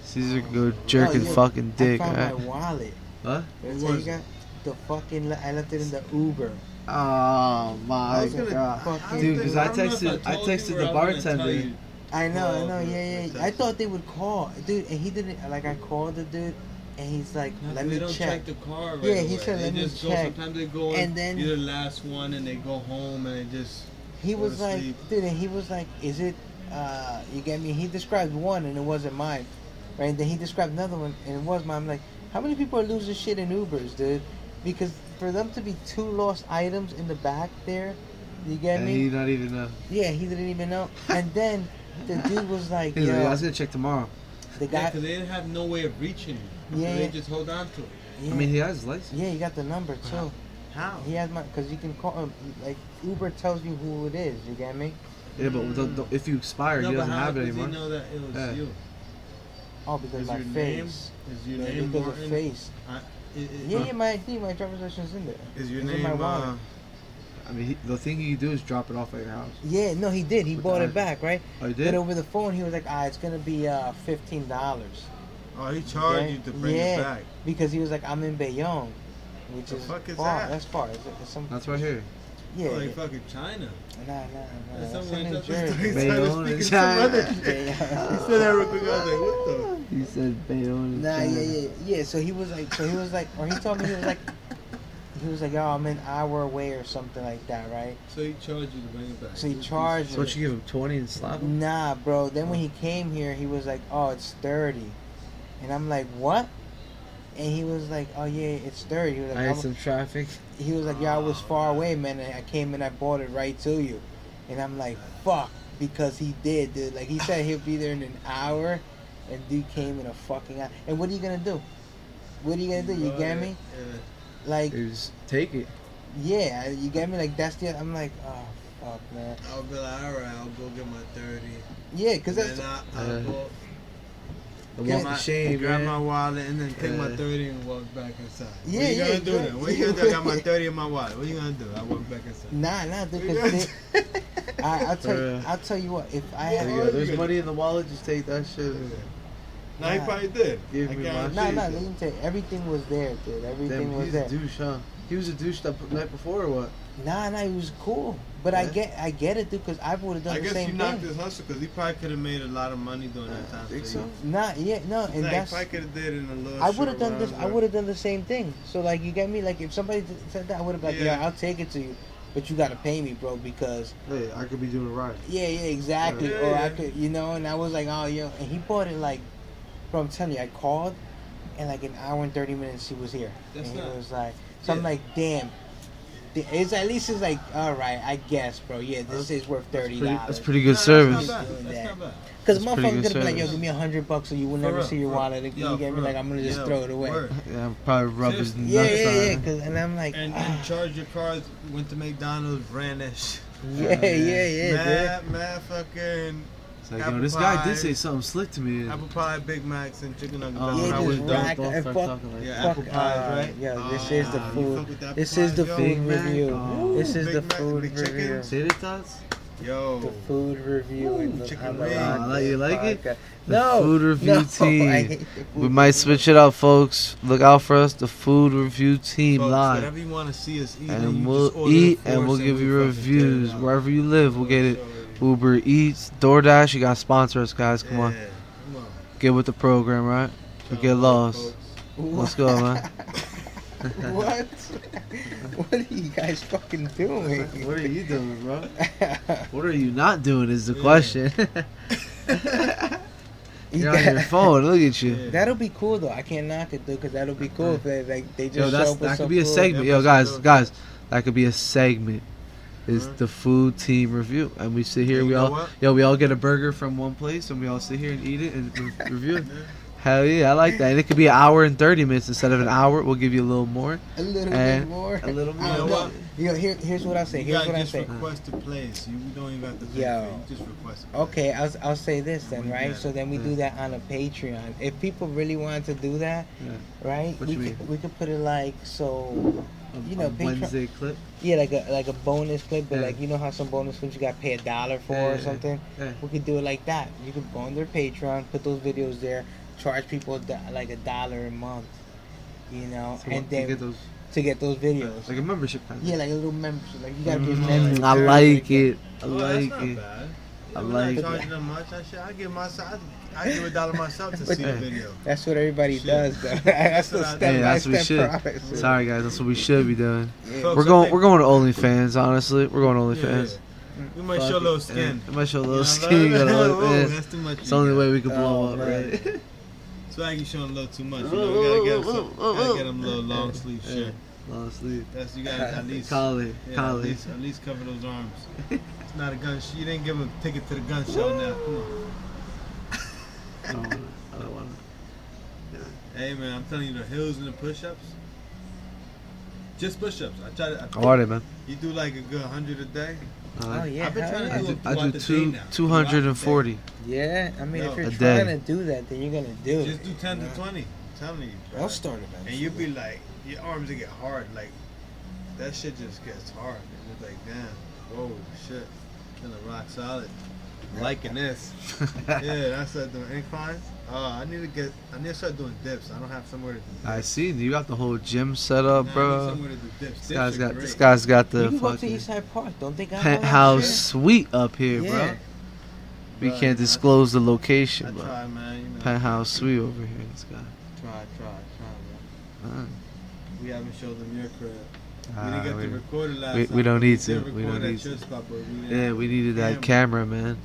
Caesar can go Oh, jerking yeah. fucking dick. I found Right? my wallet. Huh? That's What how you was got the fucking. le- I left it in the Uber. Oh I my was gonna- god. Fuck I was you. Dude, 'cause thinking- I don't know if texted- I told you texted or the I was gonna tell bartender. you. I know, I Well, know. the- Yeah, yeah. the I text. thought they would call, dude, and he didn't. Like I called the dude, and he's like, No, "Let they me don't check." the car. Right Yeah, he away. said, they "Let me just Go, check." sometimes they go And and then- then you're the last one, and they go home and they just He Go was to like, sleep. dude, and he was like, is it, uh, you get me? He described one and it wasn't mine, right? Then he described another one and it was mine. I'm like, how many people are losing shit in Ubers, dude? Because for them to be two lost items in the back there, you get And me? he not even uh, know. yeah, he didn't even know. and then the dude was like, He's like, I yeah, was gonna check tomorrow. the because guy, they didn't have no way of reaching you. So Yeah, they yeah. just hold on to it. yeah, I mean, he has his license. yeah, you got the number too. How? He has my, cause you can call him. Like Uber tells you who it is. You get me? Yeah, but don't, don't, if you expire, he doesn't how have it does anymore. he know that it was Yeah. you? Oh, because Is my your name? face. Is your Yeah, name because Martin? of face. I- i- Yeah, i- yeah, my I think my driver's license in there. Is your It's in name? my wallet. uh, I mean, he, the thing you do is drop it off at your house. Yeah, no, he did. He With bought the it back, right? Oh, you But did? over the phone, he was like, "Ah, it's gonna be uh, fifteen dollars," Oh, he charged Yeah. you to bring Yeah. it back. because he was like, "I'm in Bayonne," which The is fuck is far. that? That's far. It's, it's some, That's right here. Yeah. Uh, like yeah. Oh, fucking China. Nah, nah, nah. And That's someone in New else was Jersey. Made China on in speaking some China. other shit. He Yeah. said that real quick. I was like, what the? He said Bayonne. Nah, yeah, yeah, yeah. So he was like, so he was like, or he told me he was like, he was like, yo, I'm an hour away or something like that, right? So he charged you to bring it back. So he charged So what you give him twenty and slap him? Nah, bro. Then when he came here, he was like, "Oh, it's 30. and I'm like, "What?" And he was like, "Oh yeah, it's 30. He was I like, I had wa- some traffic. he was like, "Yeah, I was far away, man. And I came and I bought it right to you," and I'm like, "Fuck," because he did, dude. Like he said he'll be there in an hour, and dude came in a fucking hour. And what are you gonna do? What are you gonna do? You get me? Like, It was take it. yeah, you get me? Like that's the. I'm like, oh fuck, man. I'll be like, all right, I'll go get my thirty. Yeah, cause And that's then I, I'll Uh, go I Yeah. want my, the shame, grab man. my wallet, and then take my Yeah. thirty and walk back inside. Yeah, what you yeah, gonna do then? What you gonna do? I got my thirty in my wallet. What you gonna do? I walk back inside. nah, nah, dude. What you 'cause gonna they- I, I'll tell you, Bruh. I'll tell you what. If I Yeah, had, There no, you go. There's Arguing. money in the wallet. Just take that shit. do? Nah, he Nah. probably did. I Give me my guarantee no, you nah, did. listen to you. Everything was there, dude. Everything Damn, was he's there. a douche, huh? He was a douche the p- night before or what? Nah, nah, it was cool. But I Yeah. get, I get it, dude. Cause I would have done I the guess you same knocked thing. his hustle because he probably could have made a lot of money during that I time. think so. so. Nah, yeah, no, Nah, and he that's. probably could have did it in a little. I would short have done this. while, I but- would have done the same thing. So like, you get me? Like, if somebody d- said that, I would have like, yeah. Yeah. I'll take it to you, but you gotta pay me, bro, because Hey, I could be doing right. yeah, yeah, exactly. Yeah, or I yeah. could, you know. And I was like, oh, yo, and he bought it like, bro. I'm telling you, I called, and like an hour and thirty minutes, he was here. That's and not- he was like, so I'm Yeah. like, damn. Th- It's at least it's like, all right, I guess, bro. Yeah, this is worth thirty dollars. Nah, good That's not bad. That's not bad. Because That's pretty good motherfuckers gonna be like, yo, service. give me a hundred bucks or you will For never real, see your for real. wallet. again. Yo, you get for me? real. Like, I'm gonna just Yo, throw it away. word. Yeah, probably rub his Yeah, yeah, yeah. Cause, and I'm like, And, ah, and charged your cards, went to McDonald's, ran that shit. yeah, yeah, yeah, mad, mad fucking It's like, Apple yo, this guy pie. did say something slick to me. apple pie, Big Macs, and chicken nuggets. Oh, That's Yeah, when I dude, was right. done. rack and fuck- Yeah, dude. apple Fuck, pies, uh, right? Yo, this is the Ah, you fuck food. with the This apple is the pies, food Big Mac, review. oh. This is Big the Mac and food big chicken. review. Tater tots? The Yo, food review. and the- chicken on the wings. Locked Ah, you In like it? podcast. The No. food review no, team. I hate the food We might switch it out, folks. Look out for us, the food review team folks, live. whatever you want to see us eat, and And you just we'll order it eat for and us we'll give you fucking get it reviews out. wherever you live. We'll get it. Show Uber Eats, DoorDash, you gotta sponsor us, guys. Come on, Yeah, come on. get with the program, right? We get lost. Folks. Let's go, man. what? what are you guys fucking doing? What are you doing, bro? What are you not doing is the Yeah. question. You're on your phone. Look at you. Yeah. That'll be cool though. I can't knock it though, cause that'll be cool if they like they just Yo, show that's up with that some could be a food. segment. Yo, Episode. guys, guys, that could be a segment. Is Alright. the food team review, and we sit Mm-hmm. here. You We know all, what? yo, we all get a burger from one place, and we all sit here and eat it and re- review it. Yeah. Hell yeah, I like that. And it could be an hour and thirty minutes instead of an hour. We'll give you a little more, A little And bit more. Eh, a little I You know don't know. more. what? Yo, here, here's what I say. You Here's gotta what I just say. request a place. You don't even have to pay Yo. for it. You just request a place. Okay, I'll, I'll say this then, We right? got So then we do that on a Patreon. If people really wanted to do that, Yeah. right? What we you could we could put it like so, A- You know, a Patreon- Wednesday clip. yeah, like a like a bonus clip, but Yeah. like you know how some bonus clips you got to pay a dollar for Yeah, or yeah, something. yeah. We could do it like that. You could go on their Patreon, put those videos there, charge people a do- like a dollar a month, you know, So and you then get those, to get those videos. like a membership kind of. Yeah, like a little membership. Like you gotta be a Mm, member. I to like get- it. I Oh, like that's it. Not bad. I I like like it. charging them much. I should. I give myself. I, I give a dollar myself to see the video. That's what everybody Shit. does, though. that's the what I step do. by Hey, that's what we step should. process. Sorry guys, that's what we should be doing. Folks, We're I going. think- We're going to OnlyFans. Honestly, we're going Oh, Yeah, to OnlyFans. yeah. We might show a little skin. Yeah, I might show a You know, little skin. Go to oh, OnlyFans. that's too much. It's the only way we can Oh, blow up, man. right? Swaggy showing a little too much. You know, we gotta get him some. Gotta get him a little long sleeve Yeah. shirt. Long sleeve. That's you gotta at least. Collar, Yeah, at collar. least, at least cover those arms. It's not a gun. Sh- you didn't give a ticket to the gun show now. Come on. I don't wanna- I don't wanna- Hey man, I'm telling you, the hills and the push-ups. Just push-ups. I try to. I, How are they, man? You do like a good hundred a day. Oh Uh, yeah, I've been hell trying to yeah. do I Throughout do the day two now. two hundred and forty. Yeah, I mean, if No. you're A trying day. to do that, then you're gonna do it. Just do ten to Yeah. twenty. I'm telling you. bro. I'll start it. And you'll be like, your arms will get hard. Like, that shit just gets hard. And it's like, damn, whoa, shit. Feeling rock solid. Liking this. yeah, that's uh, doing inclines. Uh, I need to get. I need to start doing dips. I don't have somewhere to do dips. I see. You got the whole gym set up, Nah, I need bro. somewhere to do dips. Dips This guy's are got great. this guy's got You the can go to fucking Eastside Park. Don't they got all that penthouse shit? suite up here, Yeah. bro. We Right, can't I- disclose the I location, but try, man. You know, try, penthouse suite over here. This guy. try, try, man. Uh, We haven't showed them your crib. we ah, didn't get we- to record it last we- we time. don't need did to. We record don't at need your to. spot, but we yeah, didn't- we needed that Damn. camera, man.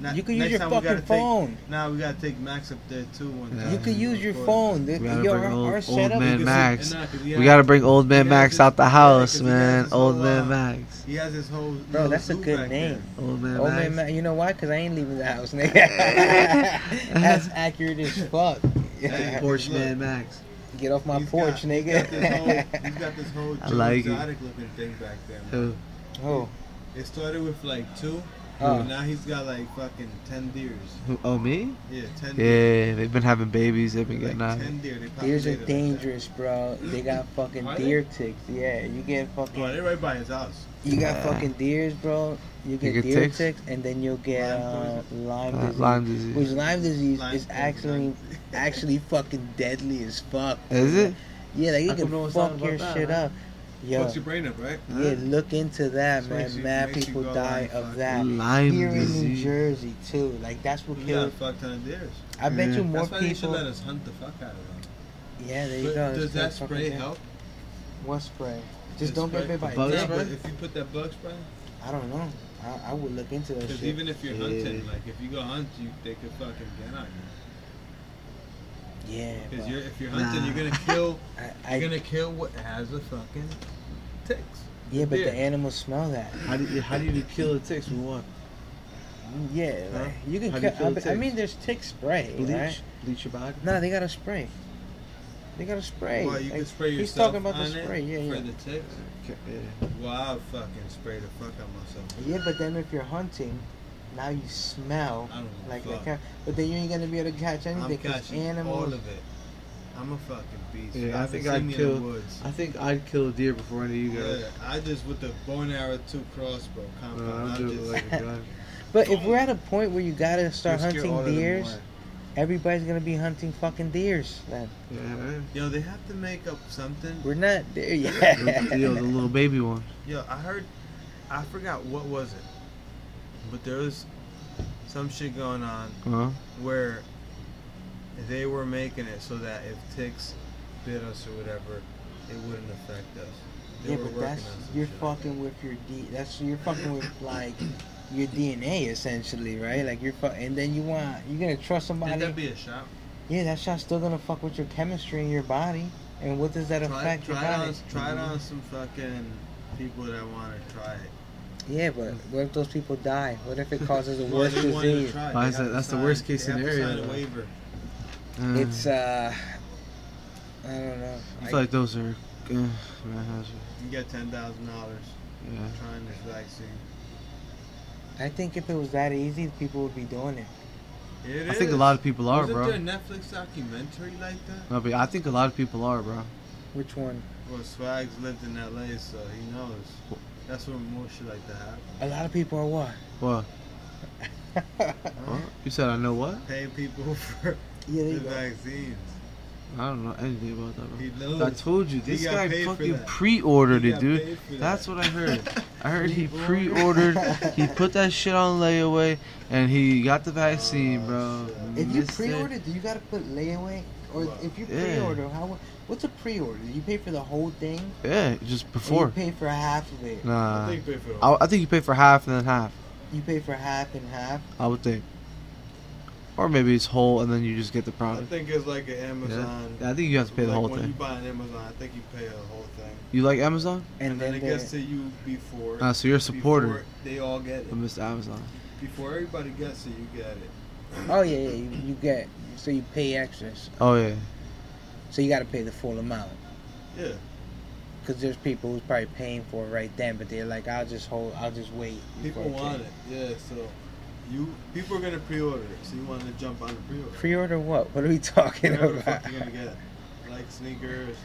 Not- You can use next your time we gotta fucking take- phone. Nah, we gotta take Max up there too. One Yeah. time. You can use your Record it. phone. The- We gotta your- bring our old, old setup- man Because Max. He, and nah, 'cause he We has- gotta bring old man yeah, Max this- out the yeah, house, 'cause he man. has this Old whole, man uh, Max. He has his whole. Bro, little that's a zoo good back name. Old man Oh Max. man, man, you know why? Cause I ain't leaving the house, nigga. That's accurate as fuck. Hey, Porch look. man Max. Get off my He's porch, got- he's got this whole- nigga. He's got this whole I like it. exotic looking thing back there. man. Who? oh, It started with like two, Oh. and now he's got like fucking ten deers. Who? Oh me? Yeah, ten. deers. Yeah, they've been having babies. They've been Like getting uh, out. ten deer. They deers populated are like that. dangerous, bro. They got fucking Are they? deer ticks. Yeah, you get fucking, Well, they're right by his house. you got Yeah. fucking deers, bro. You get, get deer ticks? ticks? and then you'll get Lyme uh, Lyme Uh, disease. Lyme disease. Which Lyme disease Lyme is disease, actually Lyme actually fucking deadly as fuck. Is it? Yeah, like you How come no can one's fuck talking your about that, shit huh? up. Yo, Fucks your brain up, right? Yeah, look into That's that, what makes man. you- Mad makes you people go die like, fuck. of that. Lyme Here in New disease. Jersey too. Like that's what You got a killed. fuck ton of deers. I bet Yeah. you more That's why they should let people. us hunt the fuck out of them. Yeah, there you But go. it's does good that fucking spray thing. help? What spray? Just The don't spray? get bit by a Bug Yeah, tick. spray? but if you put that bug spray, I don't know. I, I would look into that because shit. even if you're Yeah. hunting, like if you go hunt, you they could fucking get on you. yeah, Because but you're if you're hunting, Nah. you're gonna kill. I, I, You're gonna kill what has a fucking ticks. yeah, but yeah. the animals smell that. How do you, how do you kill the ticks with what? Yeah, Huh? like, you can. How do you cut- kill I, the be- I ticks? mean, there's tick spray, Bleach? right? Bleach your body? No, they got a spray. They got a spray. Well, you Like, can spray yourself he's talking about the on spray. it Yeah, for yeah. the ticks. Okay, Well, I fucking spray the fuck out myself. Yeah, but then if you're hunting, now you smell I don't like like the fuck. cat. But then you ain't gonna be able to catch I'm anything because catching all animals. of it. I'm a fucking beast. Yeah, I haven't think seen I'd me in kill- the woods. I think I'd kill a deer before any of you guys. Yeah, I just with the bone arrow two crossbow compound. Uh, I'll I do it just like a gun. But if we're at a point where you gotta start just kill all hunting of them deers, away. everybody's gonna be hunting fucking deers. Then Yeah, Yo, they have to make up something. we're not there right? The- you know, the yet. little baby one. Yo, I heard, I forgot what was it, but there was some shit going on Huh? where they were making it so that if ticks bit us or whatever, it wouldn't affect us. They yeah, were but working that's on some you're shit like fucking with your D. That's you're fucking with like your DNA essentially, right? Like you're fuck, and then you want you're gonna trust that. somebody. Could that be a shot? yeah, that shot's still gonna fuck with your chemistry in your body. And what does that Try, affect try your it body? on, try it on some fucking people that want to try it. Yeah, but what if those people die? What if it causes a Well, worse they wanted to disease? try it. Why They is have that- to that's the worst case they have to scenario, sign a though. waiver. Uh, It's uh, I don't know. I I- feel like those are. Uh, my hazard. You get ten thousand dollars Yeah. trying this vaccine. I think if it was that easy, people would be doing it. It I think a is. lot of people are, Wasn't bro. there a Netflix documentary like that? No, but I think a lot of people are, bro. Which one? Well, Swags lived in L.A., so he knows. That's where more shit like that happens. A lot of people are what? What? What? You said I know what? Pay people for yeah, there the you go. vaccines. I don't know anything about that, bro. He knows. I told you, He this got guy paid for fucking that. pre-ordered He it, got dude. paid for That's that. what I heard. I heard he Pre-ordered. pre-ordered. he put that shit on layaway, and he got the vaccine, Oh, bro. shit. And If you this thing- pre-order, do you gotta put layaway? Or Well, if you yeah. pre-order, how? What's a pre-order? You pay for the whole thing. or yeah, just before. Oh, You pay for half of it. I Nah, think pay for the Uh, I, I think you pay for half and then half. You pay for half and half. I would think, or maybe it's whole and then you just get the I product. think it's like an Amazon. Yeah, I think you have to pay the like whole when you thing. buy an Amazon, I think you pay the whole thing. You like Amazon? And, And, then, it gets the- to you before. Ah, so you're a supporter. before They all get it. I missed Amazon. Before everybody gets it, you get it. oh yeah, yeah, you, you get. So you pay extras. Oh yeah. So you gotta pay the full amount. Yeah. Cause there's people who's probably paying for it right then, but they're like, "I'll just hold, I'll just wait." People before I pay." want it. Yeah. So you people are gonna pre-order it. So you want to jump on the pre-order. Pre-order what? What are we talking Whatever the about? fuck you're gonna get, like sneakers,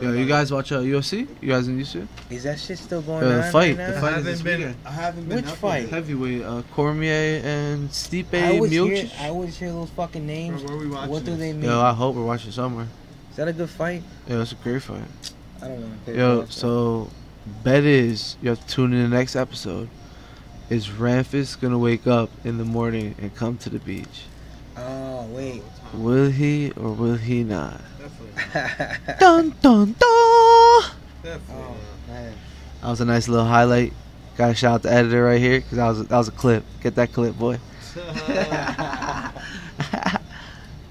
Yo, you guys watch uh, UFC? You guys in UFC? Is that shit still going Yo, on? the right fight, now? the I fight is this haven't been. weekend. I haven't been. Which up on it. fight? Heavyweight, uh, Cormier and Stipe I always, hear, Miocic. I always hear those fucking names. Where we watching What do this? they mean? Yo, I hope we're watching somewhere. Is that a good fight? Yo, it's a great fight. I don't want to pay Yo, attention. so bet is you have to tune in the next episode. Is Ramphis gonna wake up in the morning and come to the beach? Oh wait. Will he or will he not? Definitely. oh Dun dun dun! Definitely. man. That was a nice little highlight. Got to shout out the editor right here because that was that was a clip. Get that clip, boy. Uh,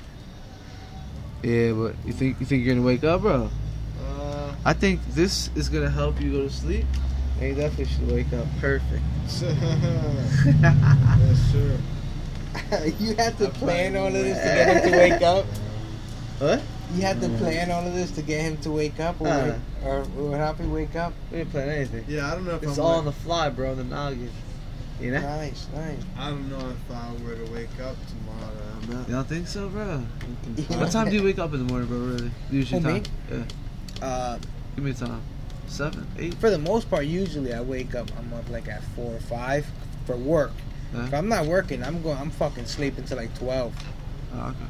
yeah, but you think you think you're gonna wake up, bro? Uh, I think this is gonna help you go to sleep. And you definitely should wake up. Perfect. yes, sir. you had to I'm plan fine. all of this to get him to wake up. What? You had to plan all of this to get him to wake up, or Uh. or, or help him wake up. We didn't plan anything. Yeah, I don't know if It's I'm. all on wake- the fly, bro. The noggin. You know. Nice, nice. I don't know if I were to wake up tomorrow. I'm not. You don't think so, bro? What time do you wake up in the morning, bro? Really? Usually Who, me? time. Yeah. Uh, Give me a time. Seven, eight. for the most part, usually I wake up. I'm up like at four or five for work. Yeah. If I'm not working, I'm going. I'm fucking sleeping till like twelve. Oh, okay.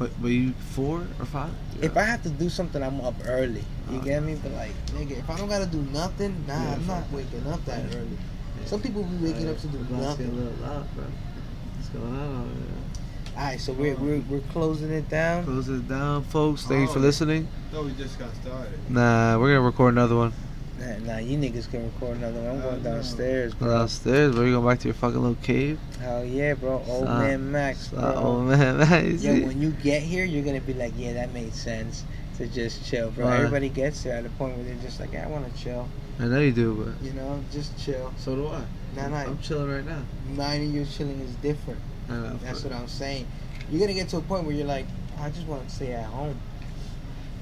But but you four or five? If I have to do something, I'm up early. You Oh. get me? But like, nigga, if I don't gotta do nothing, nah, Yeah, I'm not fuck waking up that Yeah. early. Some people be waking up to do nothing. What's going on? All right, so we're, we're we're closing it down. Close it down, folks. Thank you for Oh. listening. No, we just got started. Nah, we're gonna record another one. Nah, nah, you niggas can record another one. I'm Oh, going no. downstairs, bro. Downstairs, bro. You going back to your fucking little cave? Hell yeah, bro. Old Stop. man Max, bro. Uh, oh man, nice. Yo, when you get here, you're gonna be like, yeah, that made sense to just chill, bro. Right. Everybody gets there at a point where they're just like, I want to chill, I know you do, you know, just chill. but so do I. Nah, nah, I'm chilling right now. mine and your chilling is different. I know. That's but- what I'm saying. You're gonna get to a point where you're like, I just want to stay at home.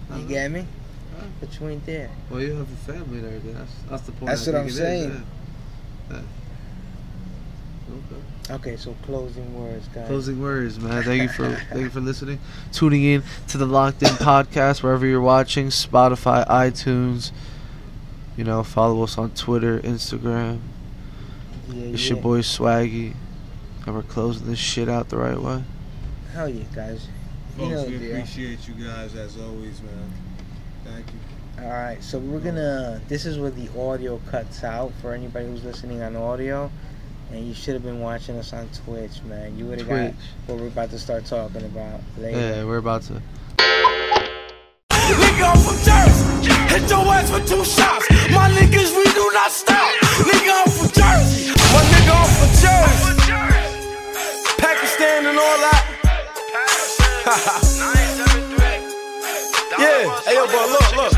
You Uh-huh. get me? Uh-huh. But you ain't there. Well, you have a family and everything. That's, that's the point. That's I what think it I'm is, saying. yeah. Yeah. Okay. Okay, so closing words, guys. Closing words, man. Thank you for thank you for listening, tuning in to the Locked In podcast wherever you're watching, Spotify, iTunes. You know, follow us on Twitter, Instagram. Yeah, It's yeah. your boy Swaggy, and we're closing this shit out the right way. Hell yeah, guys. You Folks, know the we deal. appreciate you guys as always, man. Thank you. All right, so we're gonna. This is where the audio cuts out for anybody who's listening on audio, and you should have been watching us on Twitch, man. You would have got Twitch. what we're about to start talking about later. Yeah, we're about to. Nigga, I'm from Jersey. Hit your ass for two shots. My niggas, we do not stop. Nigga, I'm from Jersey. My nigga, I'm from Jersey. Pakistan and all that. yeah, hey, yo, bro, look, look.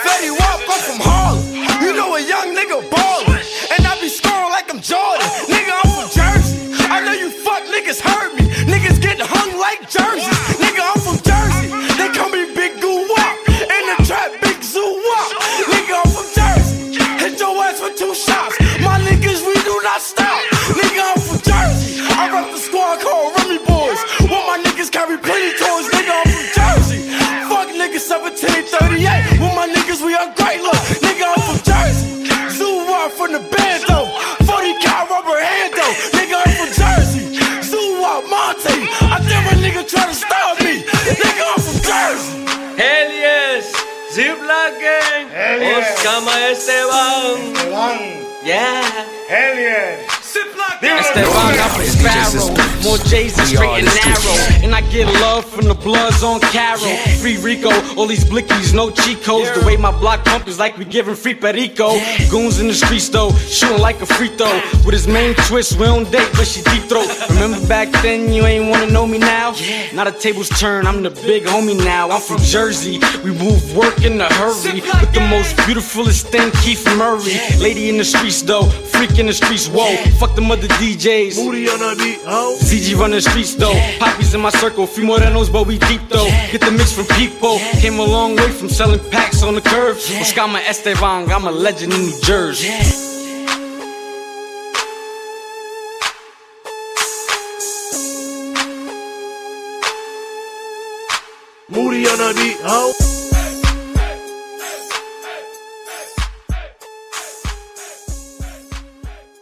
Fetty Wap, I'm from Harlem. You know a young nigga ballin'. And I be scoring like I'm Jordan. Nigga, I'm from Jersey. I know you fuck niggas heard me. Niggas get hung like jerseys. Nigga, I'm from Jersey. They call me Big Goo Wop. In the trap, Big Zoo Wop. Nigga, I'm from Jersey. Hit your ass for two shots. My niggas, we do not stop. Nigga, I'm from Jersey. I rep the squad called Remy Boys. What my niggas carry plenty toys. Nigga, I'm from Jersey. Fuck niggas 1738. With my niggas, we are great. Look, nigga, I'm from Jersey. Zoo Wop from the band though. 40 cal rubber hand though. Nigga, I'm from Jersey. Zoo Wop Monte. I never nigga try to stop me. Nigga, I'm from Jersey. Hell yes, Zipla Gang, Oscama Esteban. Yeah. Esteban, I'm from Sparrow. More J's than straight and narrow. And I get love from the bloods on Carol. Free Rico, all these blickies, no Chicos. The way my block pump is like we giving free Perico. Goons in the streets though, shooting like a free throw. With his main twist, we don't date, but she deep throat. Remember back then, you ain't wanna know me now? Not a table's turn, I'm the big homie now. I'm from Jersey, we move work in a hurry. But the most beautifulest thing, Keith Murray. Lady in the streets though, freak in the streets, whoa. Fuck the mother DJs. ZG run the streets though. Poppies in my circle, few Morenos, but we deep though. Get the mix from people. Came a long way from selling packs on the curb. Oscama Esteban, I'm a legend in New Jersey. Moody on the beat, ho.